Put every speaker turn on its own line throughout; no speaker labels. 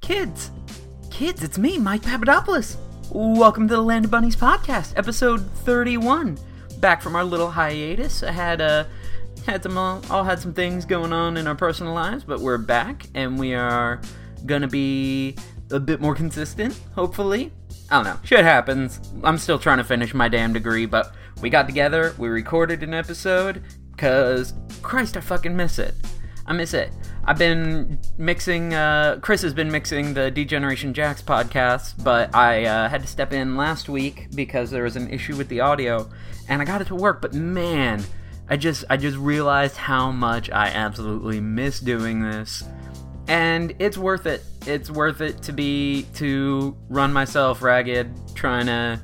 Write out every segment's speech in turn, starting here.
Kids! Kids, it's me, Mike Papadopoulos. Welcome to the Land of Bunnies podcast, episode 31. Back from our little hiatus. I had uh, had some all, all had some things going on in our personal lives, but we're back and we are gonna be a bit more consistent, hopefully. I don't know. Shit happens. I'm still trying to finish my damn degree, but we got together, we recorded an episode, cause Christ, I fucking miss it. I miss it. I've been mixing. Uh, Chris has been mixing the Degeneration Jacks podcast, but I uh, had to step in last week because there was an issue with the audio, and I got it to work. But man, I just I just realized how much I absolutely miss doing this, and it's worth it. It's worth it to be to run myself ragged, trying to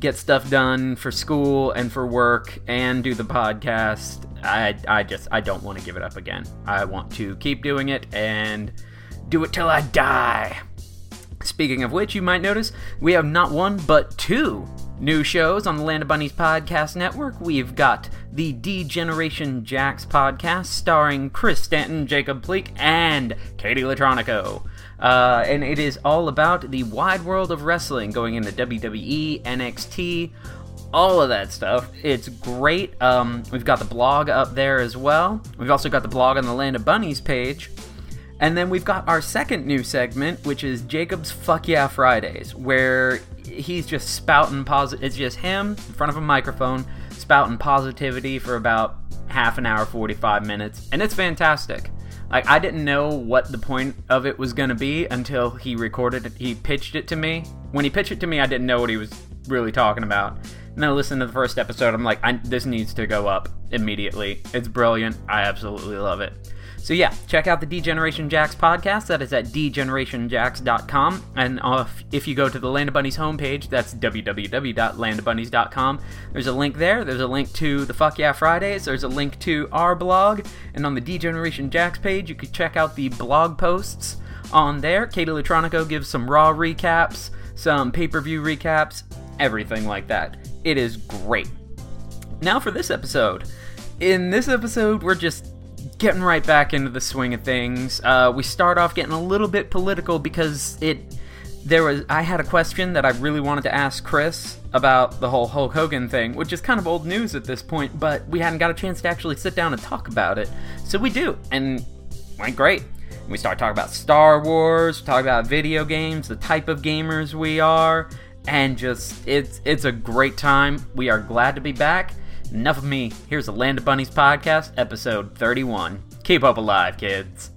get stuff done for school and for work and do the podcast. I, I just I don't want to give it up again. I want to keep doing it and do it till I die. Speaking of which, you might notice we have not one but two new shows on the Land of Bunnies podcast network. We've got the Degeneration Jacks podcast starring Chris Stanton, Jacob Pleak, and Katie Latronico. Uh, and it is all about the wide world of wrestling going into E, WWE, NXT, all of that stuff. It's great. Um, we've got the blog up there as well. We've also got the blog on the Land of Bunnies page. And then we've got our second new segment, which is Jacob's Fuck Yeah Fridays, where he's just spouting positive. It's just him in front of a microphone spouting positivity for about half an hour, 45 minutes. And it's fantastic. Like, I didn't know what the point of it was going to be until he recorded it. He pitched it to me. When he pitched it to me, I didn't know what he was really talking about. And then I listened to the first episode. I'm like, I, this needs to go up immediately. It's brilliant. I absolutely love it. So yeah, check out the Degeneration Jacks podcast. That is at degenerationjacks.com. And uh, if- if you go to the Land of Bunnies homepage, that's www.landofbunnies.com. There's a link there. There's a link to the Fuck Yeah Fridays. There's a link to our blog. And on the Degeneration Jacks page, you could check out the blog posts on there. Katie Lutronico gives some Raw recaps, some pay-per-view recaps, everything like that. It is great. Now for this episode. In this episode, we're just getting right back into the swing of things. Uh, we start off getting a little bit political because it there was I had a question that I really wanted to ask Chris about the whole Hulk Hogan thing, which is kind of old news at this point, but we hadn't got a chance to actually sit down and talk about it. So we do, and went great. We start talking about Star Wars, talk about video games, the type of gamers we are, and just it's it's a great time. We are glad to be back. Enough of me. Here's the Land of Bunnies podcast, episode 31. Keep up alive, kids.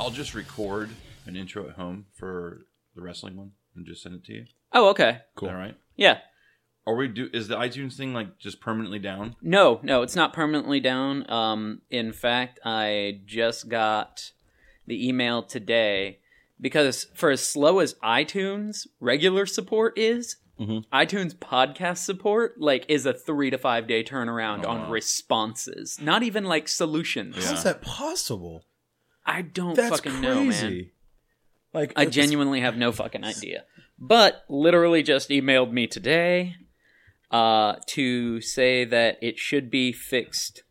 I'll just record an intro at home for the wrestling one and just send it to you.
Oh, okay.
All right.
Yeah.
Are we do? Is the iTunes thing like just permanently down?
No, no, it's not permanently down. Um, in fact, I just got the email today because for as slow as iTunes regular support is,
Mhm.
iTunes podcast support like is a three to five day turnaround
Oh,
on
wow.
responses. Not even like solutions.
Yeah.
How's that possible?
I don't
That's
fucking
crazy.
know, man.
Like
I
it's-
genuinely have no fucking idea. But literally just emailed me today uh, to say that it should be fixed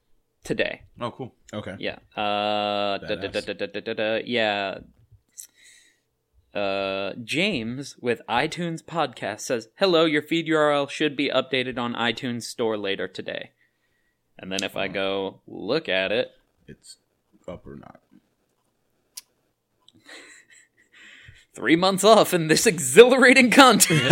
today.
Oh, cool.
Okay.
Yeah. Uh, da, da, da,
Badass.
da, da, da, da, da, yeah. Uh, James with iTunes Podcast says, Hello, your feed URL should be updated on iTunes Store later today. And then if I go look at it,
It's up or not.
three months off in this exhilarating content.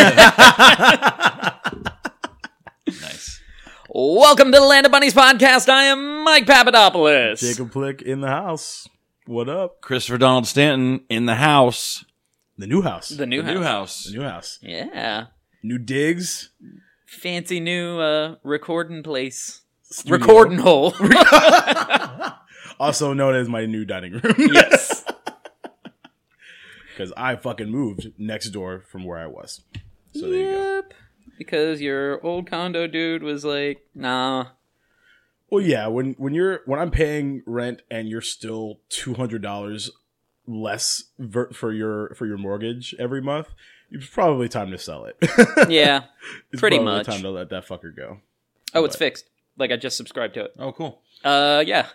Nice.
Welcome to the Land of Bunnies podcast. I am Mike Papadopoulos.
Jacob Plick in the house. What up?
Christopher Donald Stanton in the house.
The new house.
The
The
new
the
house.
new house.
new house.
Yeah.
New digs.
Fancy new uh recording place.
Studio.
Recording hole.
also known as my new dining room.
yes.
Because I fucking moved next door from where I was. So there you go.
yep. Because your old condo dude was like, nah.
Well, yeah. When when you're when I'm paying rent and you're still two hundred dollars less ver- for your for your mortgage every month, it's probably time to sell it.
Yeah.
It's
Pretty
probably
much.
time to let that fucker go.
Oh, it's
But-
fixed. Like I just subscribed to it.
Oh, cool.
Uh, yeah.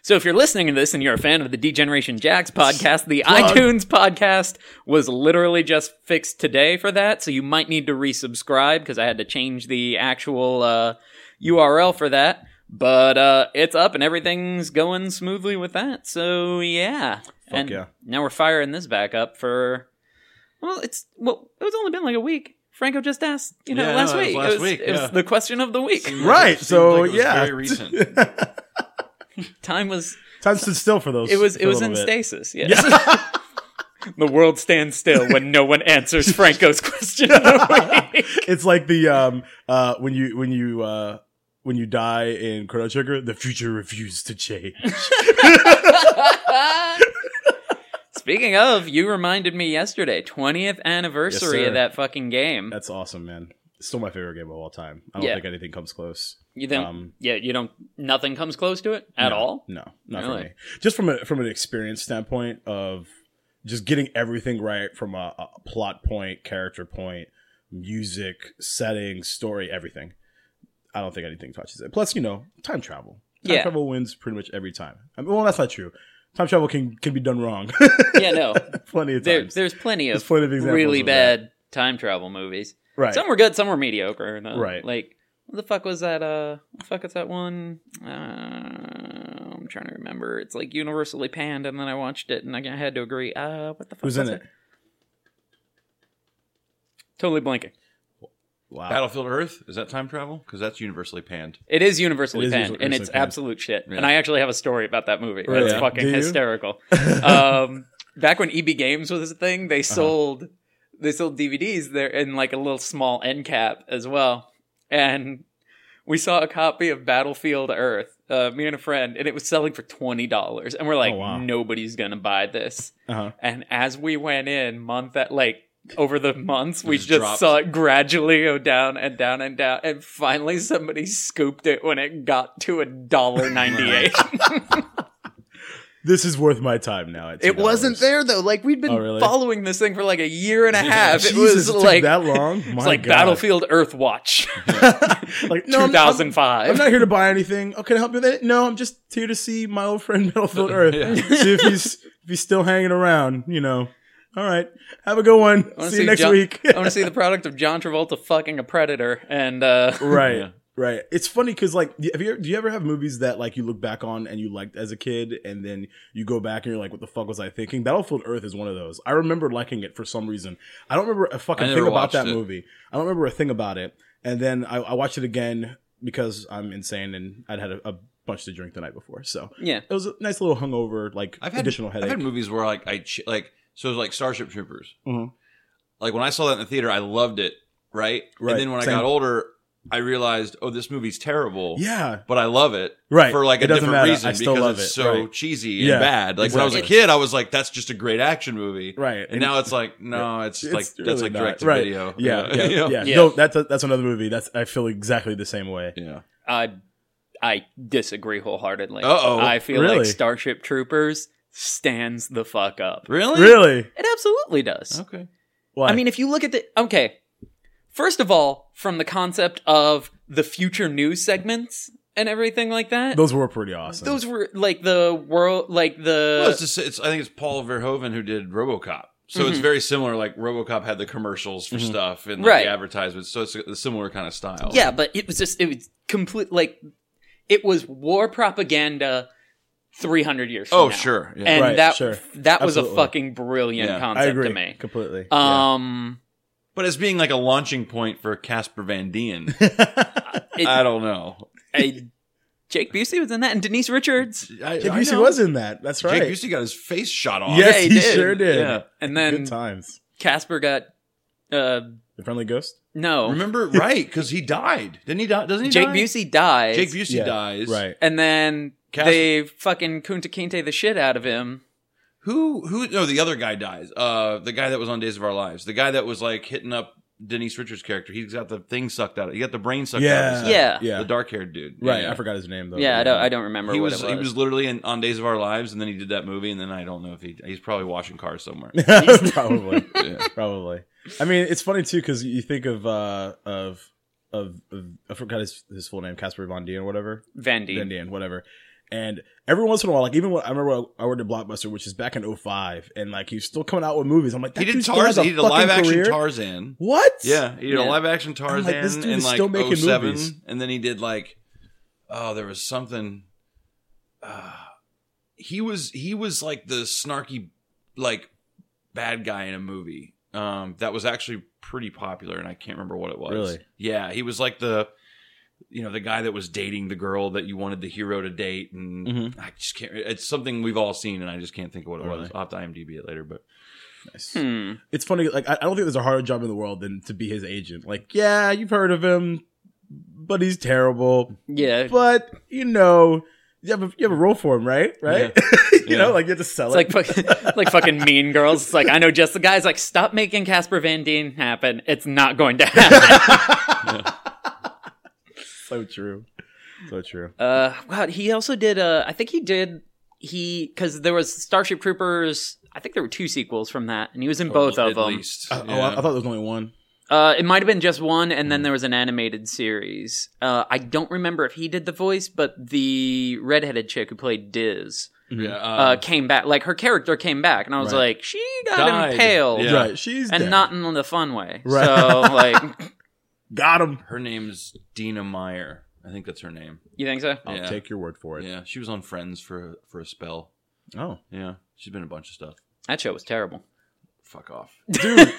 So if you're listening to this and you're a fan of the Degeneration Jacks podcast, the
Plug.
iTunes podcast was literally just fixed today for that. So you might need to resubscribe because I had to change the actual uh, URL for that. But uh, it's up and everything's going smoothly with that. So yeah. and
yeah.
now we're firing this back up for. Well, it's well, it's only been like a week. Franco just asked, you know,
Yeah, I
last
know, it was
week.
last
it was,
week,
it was
yeah.
the question of the week.
Seems
Right,
seems
so,
like it was
yeah.
very recent.
Time was
Time stood still for those.
It was
for
it
a
was in
little bit.
stasis. Yes. the world stands still when no one answers Franco's question.
It's like the um uh when you when you uh when you die in Chrono Trigger, the future refused to change.
Speaking of, you reminded me yesterday, 20th anniversary
Yes, sir.
of that fucking game.
That's awesome, man. It's still my favorite game of all time. I don't
Yeah.
think anything comes close.
You don't
um,
Yeah, you don't nothing comes close to it at
No,
all.
No, not
Really?
for me. Just from a from an experience standpoint of just getting everything right from a, a plot point, character point, music, setting, story, everything. I don't think anything touches it. Plus, you know, time travel. Time
Yeah.
travel wins pretty much every time. I mean, well, that's not true. Time travel can can be done wrong.
Yeah, no.
plenty of
There,
times.
there's plenty
There's
of
plenty of examples
really
of that.
bad time travel movies.
right.
Some were good, some were mediocre. though.
Right.
Like, what the fuck was that? Uh, what the fuck is that one? Uh, I'm trying to remember. It's like universally panned, and then I watched it, and I had to agree. Uh, what the fuck
Who's
was
in it?
Totally blanking.
Wow.
Battlefield Earth is that time travel? Because that's universally panned.
It is universally
It is
panned,
universally
and it's
panned.
absolute shit.
Yeah.
And I actually have a story about that movie.
Really?
That's
Yeah.
fucking
Do you?
hysterical. um, back when EB Games was a thing,
Uh-huh.
they sold they sold DVDs there in like a little small end cap as well, and we saw a copy of Battlefield Earth. Uh, me and a friend, and it was selling for twenty dollars, and we're like,
Oh, wow.
nobody's gonna buy this.
Uh-huh.
And as we went in month at like over the months, we
just
just,
dropped.
saw it gradually go down and down and down, and finally somebody scooped it when it got to a dollar ninety eight.
This is worth my time now. At
it wasn't
$2.
there though. Like we'd been
Oh, really?
following this thing for like a year and a half. it
Jesus,
was
it took
like
that long. My
it's like
God.
Battlefield Earthwatch
like
two
no, I'm- I'm-
thousand five.
I'm not here to buy anything. Oh, can I help you with it? No, I'm just here to see my old friend Battlefield Earth.
Yeah.
See if he's if he's still hanging around, you know. All right. Have a good one.
wanna
See, you next
John-
week.
I want to see the product of John Travolta fucking a predator and uh
right.
Yeah.
Right. It's funny cuz like have you do you ever have movies that like you look back on and you liked as a kid and then you go back and you're like what the fuck was I thinking? Battlefield Earth is one of those. I remember liking it for some reason. I don't remember a fucking
I never
thing about
watched
that
it.
movie. I don't remember a thing about it. And then I, I watched it again because I'm insane and I'd had a, a bunch to drink the night before. So
yeah.
it was a nice little hungover, like
I've had
additional headache.
I've had movies where like I ch- like so it was like Starship Troopers.
Mhm.
Like when I saw that in the theater, I loved it. Right.
Right,
And then when
same.
I got older, I realized, oh, this movie's terrible.
yeah,
But I love it
right.
for like
It
a
doesn't
different
matter.
reason
I still
because
love
it's
it,
so
right.
cheesy
Yeah,
and bad. Like when I was a
exactly.
kid, I was like, "That's just a great action movie,"
right.
and now it's like, "No, it's,
It's
like
really
that's like
not.
direct to
Right.
video."
yeah, yeah,
You know?
yeah.
Yeah.
No, that's a, that's another movie. That's I feel exactly the same way.
yeah.
I I disagree wholeheartedly.
Oh,
Uh-oh.
I feel
Really?
like Starship Troopers stands the fuck up. Oh,
Really?
Really?
It absolutely does.
Okay.
Why?
I mean, if you look at the okay, first of all, from the concept of the future news segments and everything like that,
those were pretty awesome.
those were like the world, like the
Well, it's just, it's, I think it's Paul Verhoeven who did RoboCop. So it's
Mm-hmm.
very similar. Like RoboCop had the commercials
Mm-hmm.
for stuff and like,
Right.
the advertisements. So it's a, a similar kind of style.
Yeah, but it was just it was complete like it was war propaganda three hundred years. From
Oh,
now.
sure. Yeah.
and
Right,
that
sure.
that was
Absolutely.
a fucking brilliant
Yeah. I
concept
I agree
to me.
completely.
Um,
but as being like a launching point for Casper Van Dien,
yeah.
it-
I don't know.
I- Jake Busey was in that, and Denise Richards,
I,
Jake
I
Busey
know.
was in that. That's right.
Jake Busey got his face shot off.
yes,
Yeah, he
he,
did.
sure did.
Yeah.
and
Good
then
times.
Casper got uh
The Friendly Ghost?
no
Remember, right? Because he died. Didn't he die? Doesn't he?
Jake
die?
Busey dies.
Jake Busey dies.
Right.
and then
Casper-
they fucking Kunta Kinte the shit out of him.
Who? Who? No, the other guy dies. Uh, the guy that was on Days of Our Lives. The guy that was like hitting up Denise Richards' character. He's got the thing sucked out. He got the brain sucked out. of his
Yeah.
head.
Yeah.
Yeah.
The dark haired dude. Oh,
Right.
Yeah.
I forgot his name though.
yeah, I don't I don't remember
He
what
was,
it was.
he was literally in, on Days of Our Lives, and then he did that movie, and then I don't know if he he's probably washing cars somewhere.
probably.
Yeah.
Probably. I mean, it's funny too because you think of uh of of, of I forgot his, his full name, Casper Von Dien or whatever,
Van Dien.
Van Dien, whatever. And every once in a while, like even when I remember when I worked at Blockbuster, which is back in 05, and like he's still coming out with movies. I'm like, that
he did
dude still has
Tarzan. He did a live
fucking
action
career?
Tarzan.
What?
Yeah, he did
Yeah.
a live action Tarzan
like, this dude
in
is
like
still making
07,
movies.
and then he did like oh, there was something. Uh, he was he was like the snarky like bad guy in a movie um, that was actually pretty popular, and I can't remember what it was.
Really?
Yeah, he was like the you know the guy that was dating the girl that you wanted the hero to date, and
Mhm.
I just can't. It's something we've all seen, and I just can't think of what it was.
Really?
I'll have to IMDb it later, but
Nice.
Hmm.
It's funny. Like I, I don't think there's a harder job in the world than to be his agent. Like, yeah, you've heard of him, but he's terrible.
Yeah. It's
But you know, you have a, you have a role for him, right? Right. you
Yeah.
know, like you have to sell it.
like fucking, like fucking Mean Girls. It's like I know just the guy's like stop making Casper Van Dien happen. It's not going to happen.
so true. So true.
uh, wow. He also did. Uh, I think he did. He because there was Starship Troopers. I think there were two sequels from that, and he was in both of
Oh, at
them.
Least.
Uh, Oh,
Yeah.
I, I thought there was only one.
Uh, it might have been just one, and
Hmm.
then there was an animated series. Uh, I don't remember if he did the voice, but the redheaded chick who played Diz
yeah,
uh, came back. Like her character came back, and I was
Right.
like, she got
Died.
impaled,
Yeah.
Right. She's
and
dead.
not in the fun way.
Right.
So, like,
got him.
Her name's Dina Meyer. I think that's her name.
you think so?
I'll
Yeah.
take your word for it.
Yeah, she was on Friends for for a spell.
Oh,
Yeah, she's been in a bunch of stuff.
That show was terrible.
Fuck off,
dude,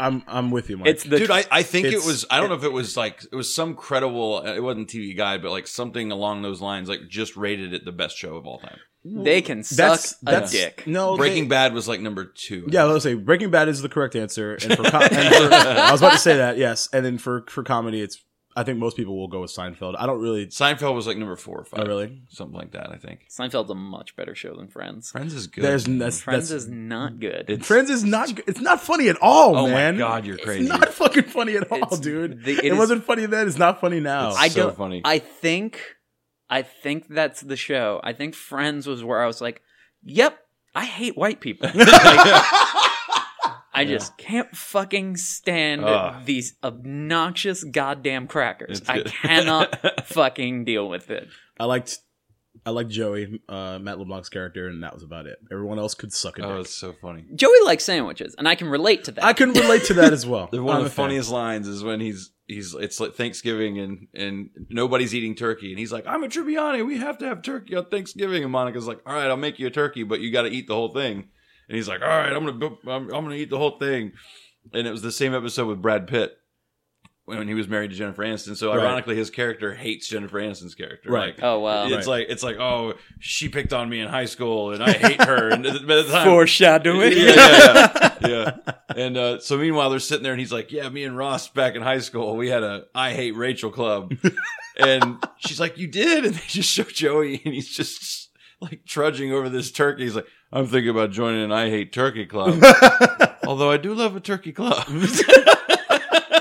I'm I'm with you, Mike.
It's the
dude. I, I think it
it's-
was. I don't know if it was like it was some credible. It wasn't TV Guide, but like something along those lines. Like just rated it the best show of all time.
they can suck a dick.
No,
Breaking
they-
Bad was like number two.
Yeah, let's say Breaking Bad is the correct answer, and for, com- and for I was about to say that yes, and then for for comedy, it's I think most people will go with Seinfeld. I don't really,
Seinfeld was like number four or five.
oh, really.
Something like that. I think
Seinfeld's a much better show than Friends.
Friends is good.
There's that's,
Friends
that's,
is not good.
It's-
Friends is not good- it's not funny at all,
oh
man.
my god, you're
it's
crazy.
not fucking funny at all,
It's-
Oh, dude.
the- it
it
is-
wasn't funny then. It's not funny now.
It's
I
so
don't-
funny.
I think I think that's the show. I think Friends was where I was like, "Yep, I hate white people. I just can't fucking stand
Ugh.
these obnoxious goddamn crackers.
It's
I
good.
cannot fucking deal with it."
I liked I liked Joey, uh, Matt LeBlanc's character, and that was about it. Everyone else could suck a dick.
oh, it's so funny.
Joey likes sandwiches, and I can relate to that.
I can relate to that as well.
The- One
I'm
of the
a fan.
funniest lines is when he's he's it's like Thanksgiving and and nobody's eating turkey and he's like I'm a Tribbiani we have to have turkey on Thanksgiving and Monica's like all right I'll make you a turkey but you got to eat the whole thing and he's like all right I'm gonna bu- I'm, I'm gonna eat the whole thing and it was the same episode with Brad Pitt when he was married to Jennifer Aniston so
Right.
ironically his character hates Jennifer Aniston's character
Right.
Like,
oh wow.
it's like it's like oh she picked on me in high school and I hate her and by the time
Foreshadowing.
yeah, yeah, yeah. yeah. And uh, so meanwhile, they're sitting there, and he's like, "Yeah, me and Ross back in high school, we had a I hate Rachel club," and she's like, "You did?" And they just show Joey, and he's just like trudging over this turkey. He's like, "I'm thinking about joining an I hate turkey club, although I do love a turkey club."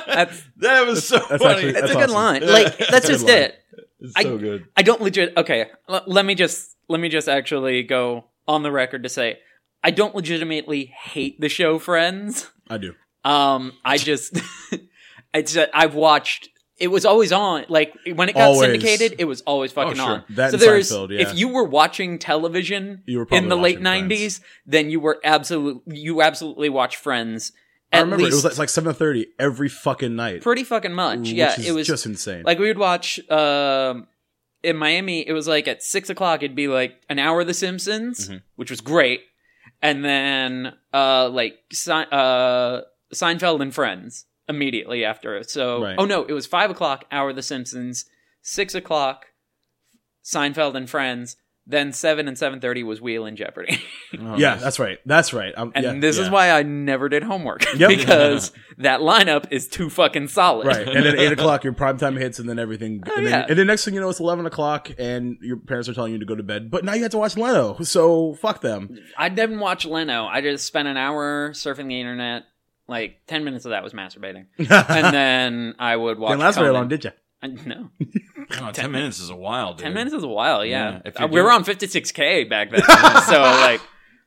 That's,
that was so
that's
funny.
actually-
that's a
That's
good
awesome.
line. Like that's
That's a good
just
line.
it.
it's
I-
so good.
I don't legit. Okay, l- let me just let me just actually go on the record to say I don't legitimately hate the show Friends.
I do.
Um, I just it's uh, I've watched. It was always on. Like when it got
Always. Oh,
syndicated, it was always fucking
sure.
on.
That
so
and
there's
Seinfeld, yeah.
if you were watching television
You were probably
in the late
watching Friends.
'90s, then you were absolutely you absolutely watched Friends. At
I remember
least
it was like, like seven thirty every fucking night.
pretty fucking much.
which
yeah,
is
it was
just insane.
like we would watch um in Miami, it was like at six o'clock, it'd be like an hour of The Simpsons,
Mhm.
which was great, and then uh like Se- uh Seinfeld and Friends immediately after. So
Right.
oh no, it was five o'clock, hour of The Simpsons, six o'clock, Seinfeld and Friends, Then seven and seven thirty was Wheel and Jeopardy,
Oh,
yeah, that's right. That's right. I'm,
and
yeah,
this
yeah.
is why I never did homework
Yep.
because that lineup is too fucking solid.
Right, and then eight o'clock your prime time hits, and then everything, and, then,
yeah.
and then next thing you know, it's eleven o'clock, and your parents are telling you to go to bed. But now you have to watch Leno, so fuck them.
I didn't watch Leno. I just spent an hour surfing the internet. Like ten minutes of that was masturbating, and then I would watch.
Didn't last very
Conan.
long, did you?
I- No,
Oh, ten minutes is a while, dude.
ten minutes is a while. Yeah,
Yeah, if
Uh,
you're
we were
doing-
on fifty six k back then, so like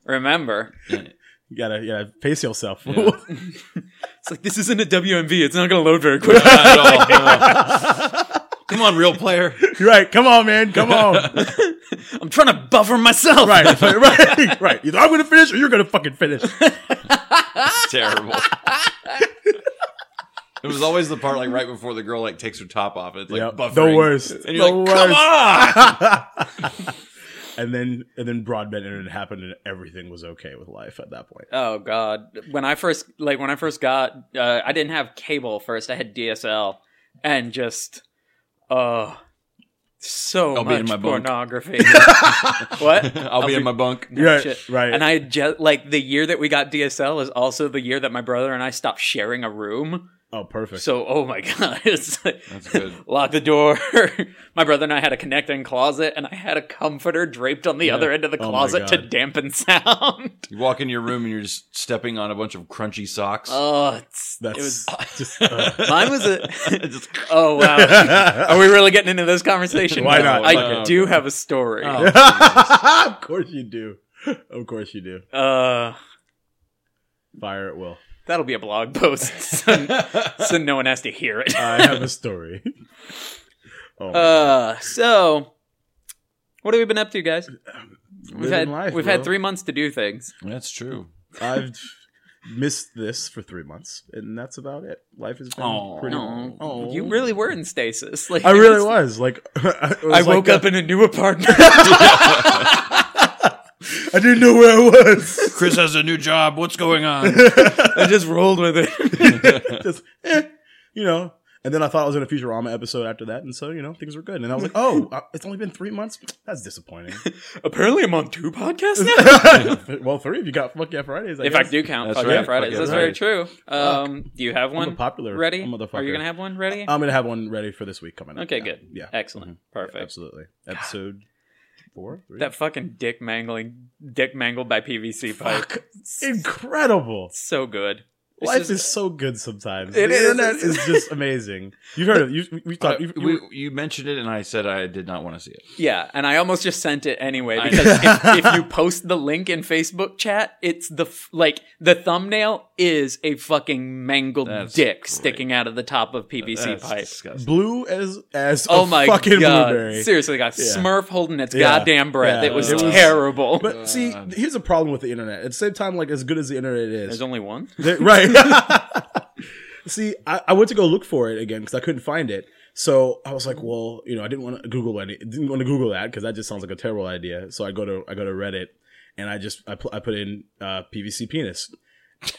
remember,
You gotta, you gotta pace yourself.
Yeah.
it's like this isn't a WMV. It's not going to load very quick.
Not at all, no. Come on, real player.
You're right. Come on, man. Come on.
I'm trying to buffer myself.
right, right, right, right. Either I'm gonna finish, or you're gonna fucking finish.
It's terrible. it was always the part like right before the girl like takes her top off. It's like
Yep.
buffering.
The worst.
And you're
The
like, come
worst.
on.
and then, and then broadband internet happened, and everything was okay with life at that point.
Oh god. When I first like when I first got uh, I didn't have cable first. I had DSL and just oh so
I'll be in
much
my bunk.
pornography. what?
I'll, be, in my bunk.
No
Right,
shit.
right.
And I just like the year that we got DSL is also the year that my brother and I stopped sharing a room.
Oh, perfect.
So oh my god, it's like,
That's good.
lock the door. my brother and I had a connecting closet, and I had a comforter draped on the other end of the
Oh my
closet to
God.
dampen sound.
You walk in your room and you're just stepping on a bunch of crunchy socks.
oh, it's,
That's
it was
just. uh,
Mine was a.
Just-
oh wow. Are we really getting into this conversation?
Why
No,
not?
I
No,
do have a story.
Oh.
of course you do. Of course you do.
Uh,
Fire at will.
that'll be a blog post, so, so no one has to hear it.
I have a story. Oh,
Uh, so what have we been up to, guys? We've
Living
had
life,
we've had
bro.
three months to do things.
That's true.
I've missed this for three months, and that's about it. Life has been
Aw.
pretty.
No,
Oh.
you really were in stasis. Like
I really
it's-
was like. I,
I woke up in a new apartment.
I didn't know where I was.
Chris has a new job. What's going on?
I just rolled with it.
Uh,
Just, eh, you know. And then I thought I was in a Futurama episode after that, and so you know things were good. And I was like, "Oh, uh, it's only been three months. That's disappointing."
Apparently, I'm on two podcasts now.
well, three if you got Fuck Yeah Fridays. I
if I
guess.
do count,
That's
Fuck
right.
yeah, Fridays.
Fuck
That's
yeah,
very true. Um, do you have
I'm
one
a popular
ready? Are
motherfucker. Uh,
you gonna have one ready?
I'm gonna have one ready for this week coming up.
Okay,
Yeah.
good.
Yeah, Mm-hmm.
Excellent. Perfect.
absolutely. Episode four, three.
That fucking dick mangling, dick mangled by PVC pipe.
Fuck, incredible.
So good. It's
Life
just-
is so good sometimes.
It
the
is.
internet is just amazing. You've heard of you. We, we
Uh,
talked. you- you-
we, you mentioned it, and I said I did not want to see it.
yeah, and I almost just sent it anyway
I
because if, if you post the link in Facebook chat, it's the f- like the thumbnail is a fucking mangled
That's
dick
great.
sticking out of the top of PVC
That's
pipe.
disgusting.
blue as as
Oh
a
my
fucking
god!
blueberry.
Seriously, guys,
Yeah.
Smurf holding its
Yeah.
goddamn breath.
Yeah.
It was
It was-
terrible.
But see, here's a problem with the internet. At the same time, like as good as the internet is,
There's only one.
There- right. See, I, I went to go look for it again because I couldn't find it. So I was like, well, you know, I didn't want to Google any, didn't want to Google that because that just sounds like a terrible idea. So I go to I go to Reddit and I just I, pl- I put in uh, PVC penis,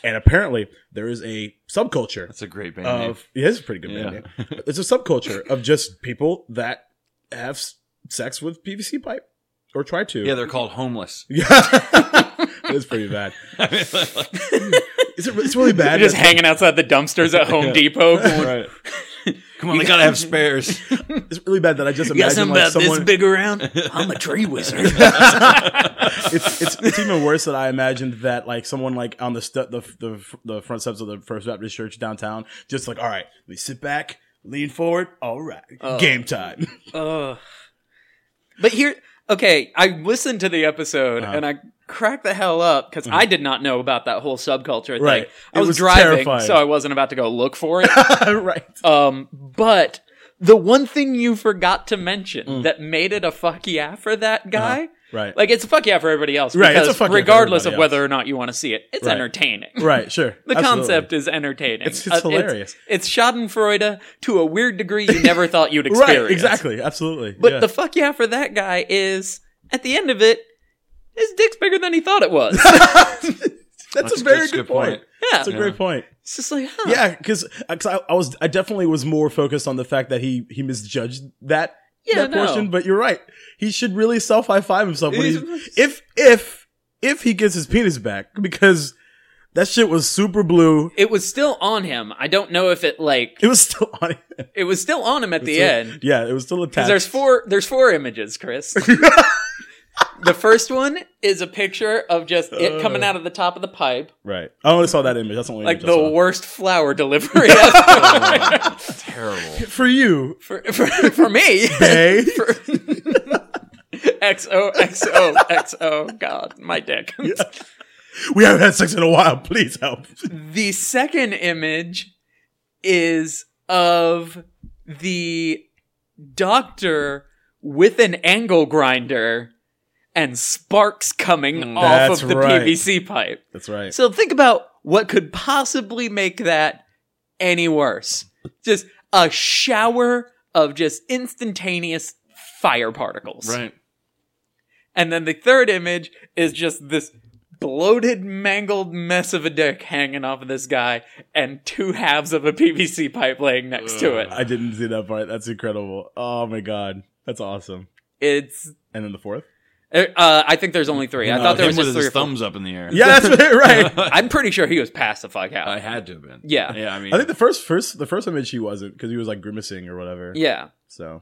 and apparently there is a subculture
That's a great band name.
of yeah, it's a pretty good band
Yeah.
name. It's a subculture of just people that have s- sex with PVC pipe or try to.
Yeah, they're called homeless.
yeah. it's pretty bad. It's, it's really bad.
Just
that-
hanging outside the dumpsters at Home Depot. Going,
right. Come on, they gotta have spares.
It's really bad that I just imagine like someone.
big around? I'm a tree wizard.
It's, it's it's even worse that I imagined that like someone like on the stu- the, the the front steps of the First Baptist Church downtown, just like all right, we sit back, lean forward, all right,
Oh.
game time.
Ugh. But here, okay, I listened to the episode
Uh-huh.
and I cracked the hell up because I did not know about that whole subculture thing.
Mm-hmm. Right.
I
It
was,
was
driving,
terrifying.
so I wasn't about to go look for it.
right,
um, but the one thing you forgot to mention
Mm.
that made it a fuck yeah for that guy.
right,
Like it's a fuck yeah for everybody else,
Uh-huh. Right, it's
Because
a fuck yeah for
regardless of
everybody
whether
else.
or not you want to see it, it's
Right.
entertaining.
right, sure.
The
Absolutely.
concept is entertaining.
It's- it's
Uh,
hilarious.
It's, Schadenfreude to a weird degree you never thought you'd experience.
right, exactly, absolutely.
But
yeah.
the fuck yeah for that guy is at the end of it, his dick's bigger than he thought it was.
that's,
That's-
a very
that's a good
good, point.
point.
That's a
yeah,
great point.
it's just like huh.
uh, Yeah, because I, I was I definitely was more focused on the fact that he he misjudged that
Yeah,
that
no.
portion, but you're right. He should really self high five himself when
He's-
he, if if if he gets his penis back because that shit was super blue.
It was still on him. I don't know if it like
It was still on it.
it was still on him at the
So-
end.
Yeah, it was still
Because
attached.
there's four there's four images, Chris. the first one is a picture of just it coming out of the top of the pipe,
right. I only saw that image. That's the only
like
image I
the
saw.
worst flower delivery ever.
Terrible.
for you.
for, for, for me.
Hey,
For- XO XO XO God, my dick.
we haven't had sex in a while. Please help.
The second image is of the doctor with an angle grinder and sparks coming off
Mm, That's
of the
right.
PVC pipe.
That's right.
So think about what could possibly make that any worse. Just a shower of just instantaneous fire particles.
Right.
And then the third image is just this bloated, mangled mess of a dick hanging off of this guy and two halves of a PVC pipe laying next to it.
I didn't see that part. That's incredible. Oh my god, that's awesome.
It's.
And then the fourth.
Uh, I think there's only three. I
No,
thought there was
Him with
just
his
three or four.
thumbs up in the air.
Yeah, that's right. right.
I'm pretty sure he was past the fuck out.
I had to have been.
Yeah.
Yeah. I mean,
I think the first first the first image he wasn't because he was like grimacing or whatever.
yeah.
So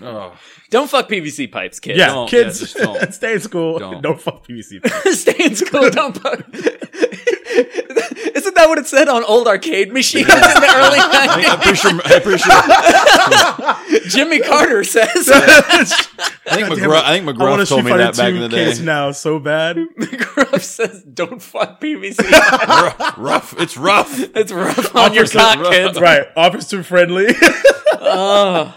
oh,
Don't fuck PVC pipes, kids.
yeah,
don't. Yeah,
kids
just don't.
stay in school.
Don't.
Don't, fuck PVC.
Stay in school, don't fuck. Isn't that what it said on old arcade machines in the early
I think-
90s?
I'm pretty sure. I'm pretty sure. I
Jimmy Carter says.
think
Damn
McGruff.
it.
I think
I want a
McGruff
Street
told me that
Fighter
back in
Two
the day.
case now so bad.
McGruff says, don't fuck PVC.
Rough- rough. It's rough.
It's rough on your
Officer
cock,
rough.
kids.
right, officer friendly,
Oh,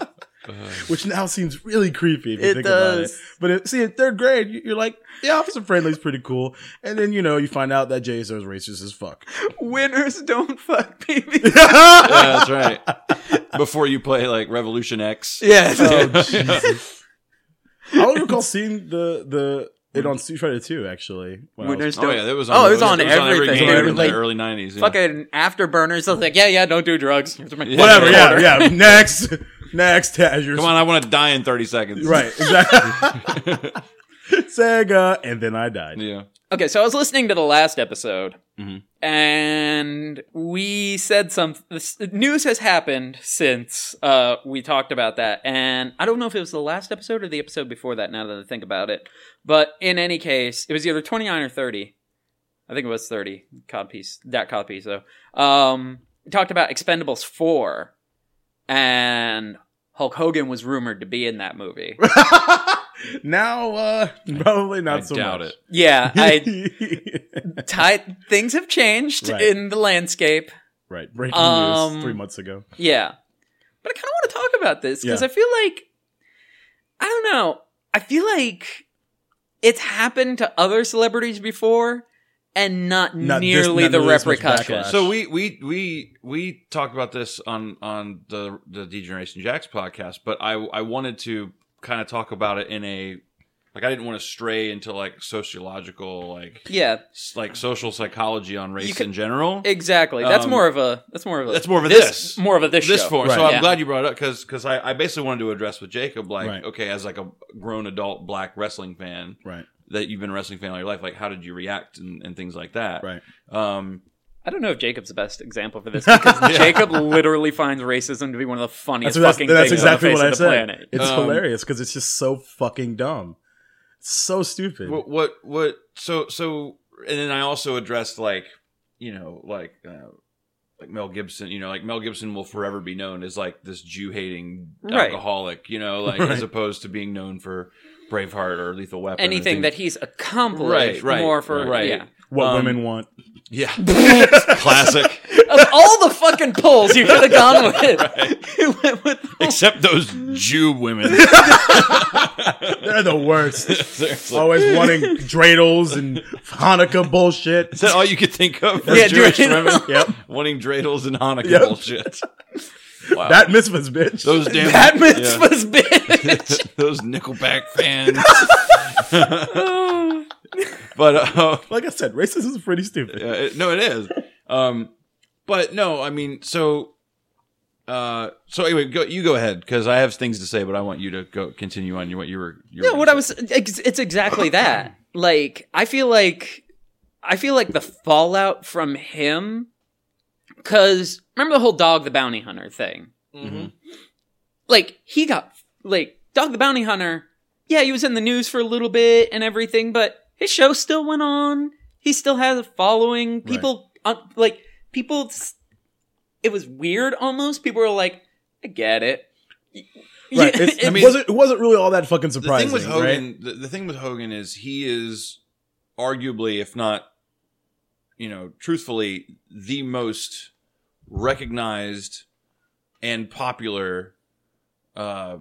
which now seems really creepy. If you
It
think About
does.
it. But it, see, in third grade, you- you're like, the officer friendly is pretty cool, and then you know you find out that JSO is racist as fuck.
winners don't fuck PVC.
Yeah, that's right. Before you play like Revolution X.
Yeah.
I don't recall seeing the the it on Street Fighter Two actually. when I was-
winners
Oh
don't.
yeah, that was on,
Oh, it was on
every
everything.
game in
Everything.
the early '90s. Yeah.
Fucking afterburners. I was like, yeah, yeah, don't do drugs.
whatever.
Quarter.
Yeah, yeah. Next, next. As you're
Come on, I want to die in 30 seconds.
right, exactly. Sega, and then I died.
Yeah.
Okay, so I was listening to the last episode,
Mhm.
and we said some this, news has happened since uh, we talked about that, and I don't know if it was the last episode or the episode before that. Now that I think about it, but in any case, it was either twenty nine or thirty. I think it was thirty codpiece. That codpiece though. Um, we talked about Expendables four, and Hulk Hogan was rumored to be in that movie.
now, uh, probably not
I
so
doubt
much.
it.
yeah, I
I
ti- things have changed
Right.
in the landscape.
right. Breaking
Um,
news three months ago.
Yeah. But I kind of want to talk about this because
Yeah.
I feel like, I don't know, I feel like it's happened to other celebrities before and not,
Not this-
nearly
not
the
nearly this much
repercussions.
backlash.
So we we we we talked about this on on the the Degeneration Jacks podcast, but I I wanted to kind of talk about it in a like I didn't want to stray into like sociological like
Yeah,
s- like social psychology on race
could-
in general.
exactly. That's
Um,
more of a that's more of a
that's more of a this.
more of a this
this
show.
form.
Right.
So I'm
Yeah.
glad you brought it up because I, I basically wanted to address with Jacob like
Right.
okay as like a grown adult black wrestling fan
Right.
that you've been a wrestling fan all your life like how did you react and, and things like that
Right.
um
I don't know if Jacob's the best example for this because Jacob literally finds racism to be one of the funniest
That's, what- that's,
fucking
that's
things
exactly
on the face
what I
of the
said.
planet.
It's
Um,
hilarious because it's just so fucking dumb. It's so stupid.
what what what so so and then I also addressed like you know like uh, like Mel Gibson you know like Mel Gibson will forever be known as like this Jew hating
Right.
alcoholic you know like
Right.
as opposed to being known for Braveheart or Lethal Weapon or
Anything
things-
that he's
right
accomplished
right
more for
right
yeah.
What
um,
women want.
yeah classic
of all the fucking polls you could have gone with, you went with
except those Jew women
They're the worst.
Seriously.
Always wanting dreidels and Hanukkah bullshit.
Is that all you could think of? for
Yeah,
Jewish
dreidel.
women
Yep.
wanting dreidels and Hanukkah
Yep.
bullshit. Wow.
That misfits, bitch.
Uh, those damn
that mitzvah's bitch.
those Nickelback fans. but uh,
like I said, racism is pretty stupid.
yeah, it- no, it is. Um, but no, I mean, so uh, Uh, so anyway, go, you go ahead because I have things to say, but I want you to go continue on your, what you were. You
No,
were
what
gonna
I was ex- it's exactly that. Like I feel like I feel like the fallout from him cuz remember the whole dog the bounty hunter thing.
say. Mhm.
Like he got like dog the bounty hunter. Yeah, he was in the news for a little bit and everything, but his show still went on. He still had a following. People uh, like people s- it was weird almost. People were like, "I get it."
Right.
Yeah,
It's,
it-
I mean-
wasn't, it wasn't really all that fucking
The
surprising.
thing with
right?
Hogan, the, the thing with Hogan is he is arguably, if not, you know, truthfully, the most recognized and popular, uh,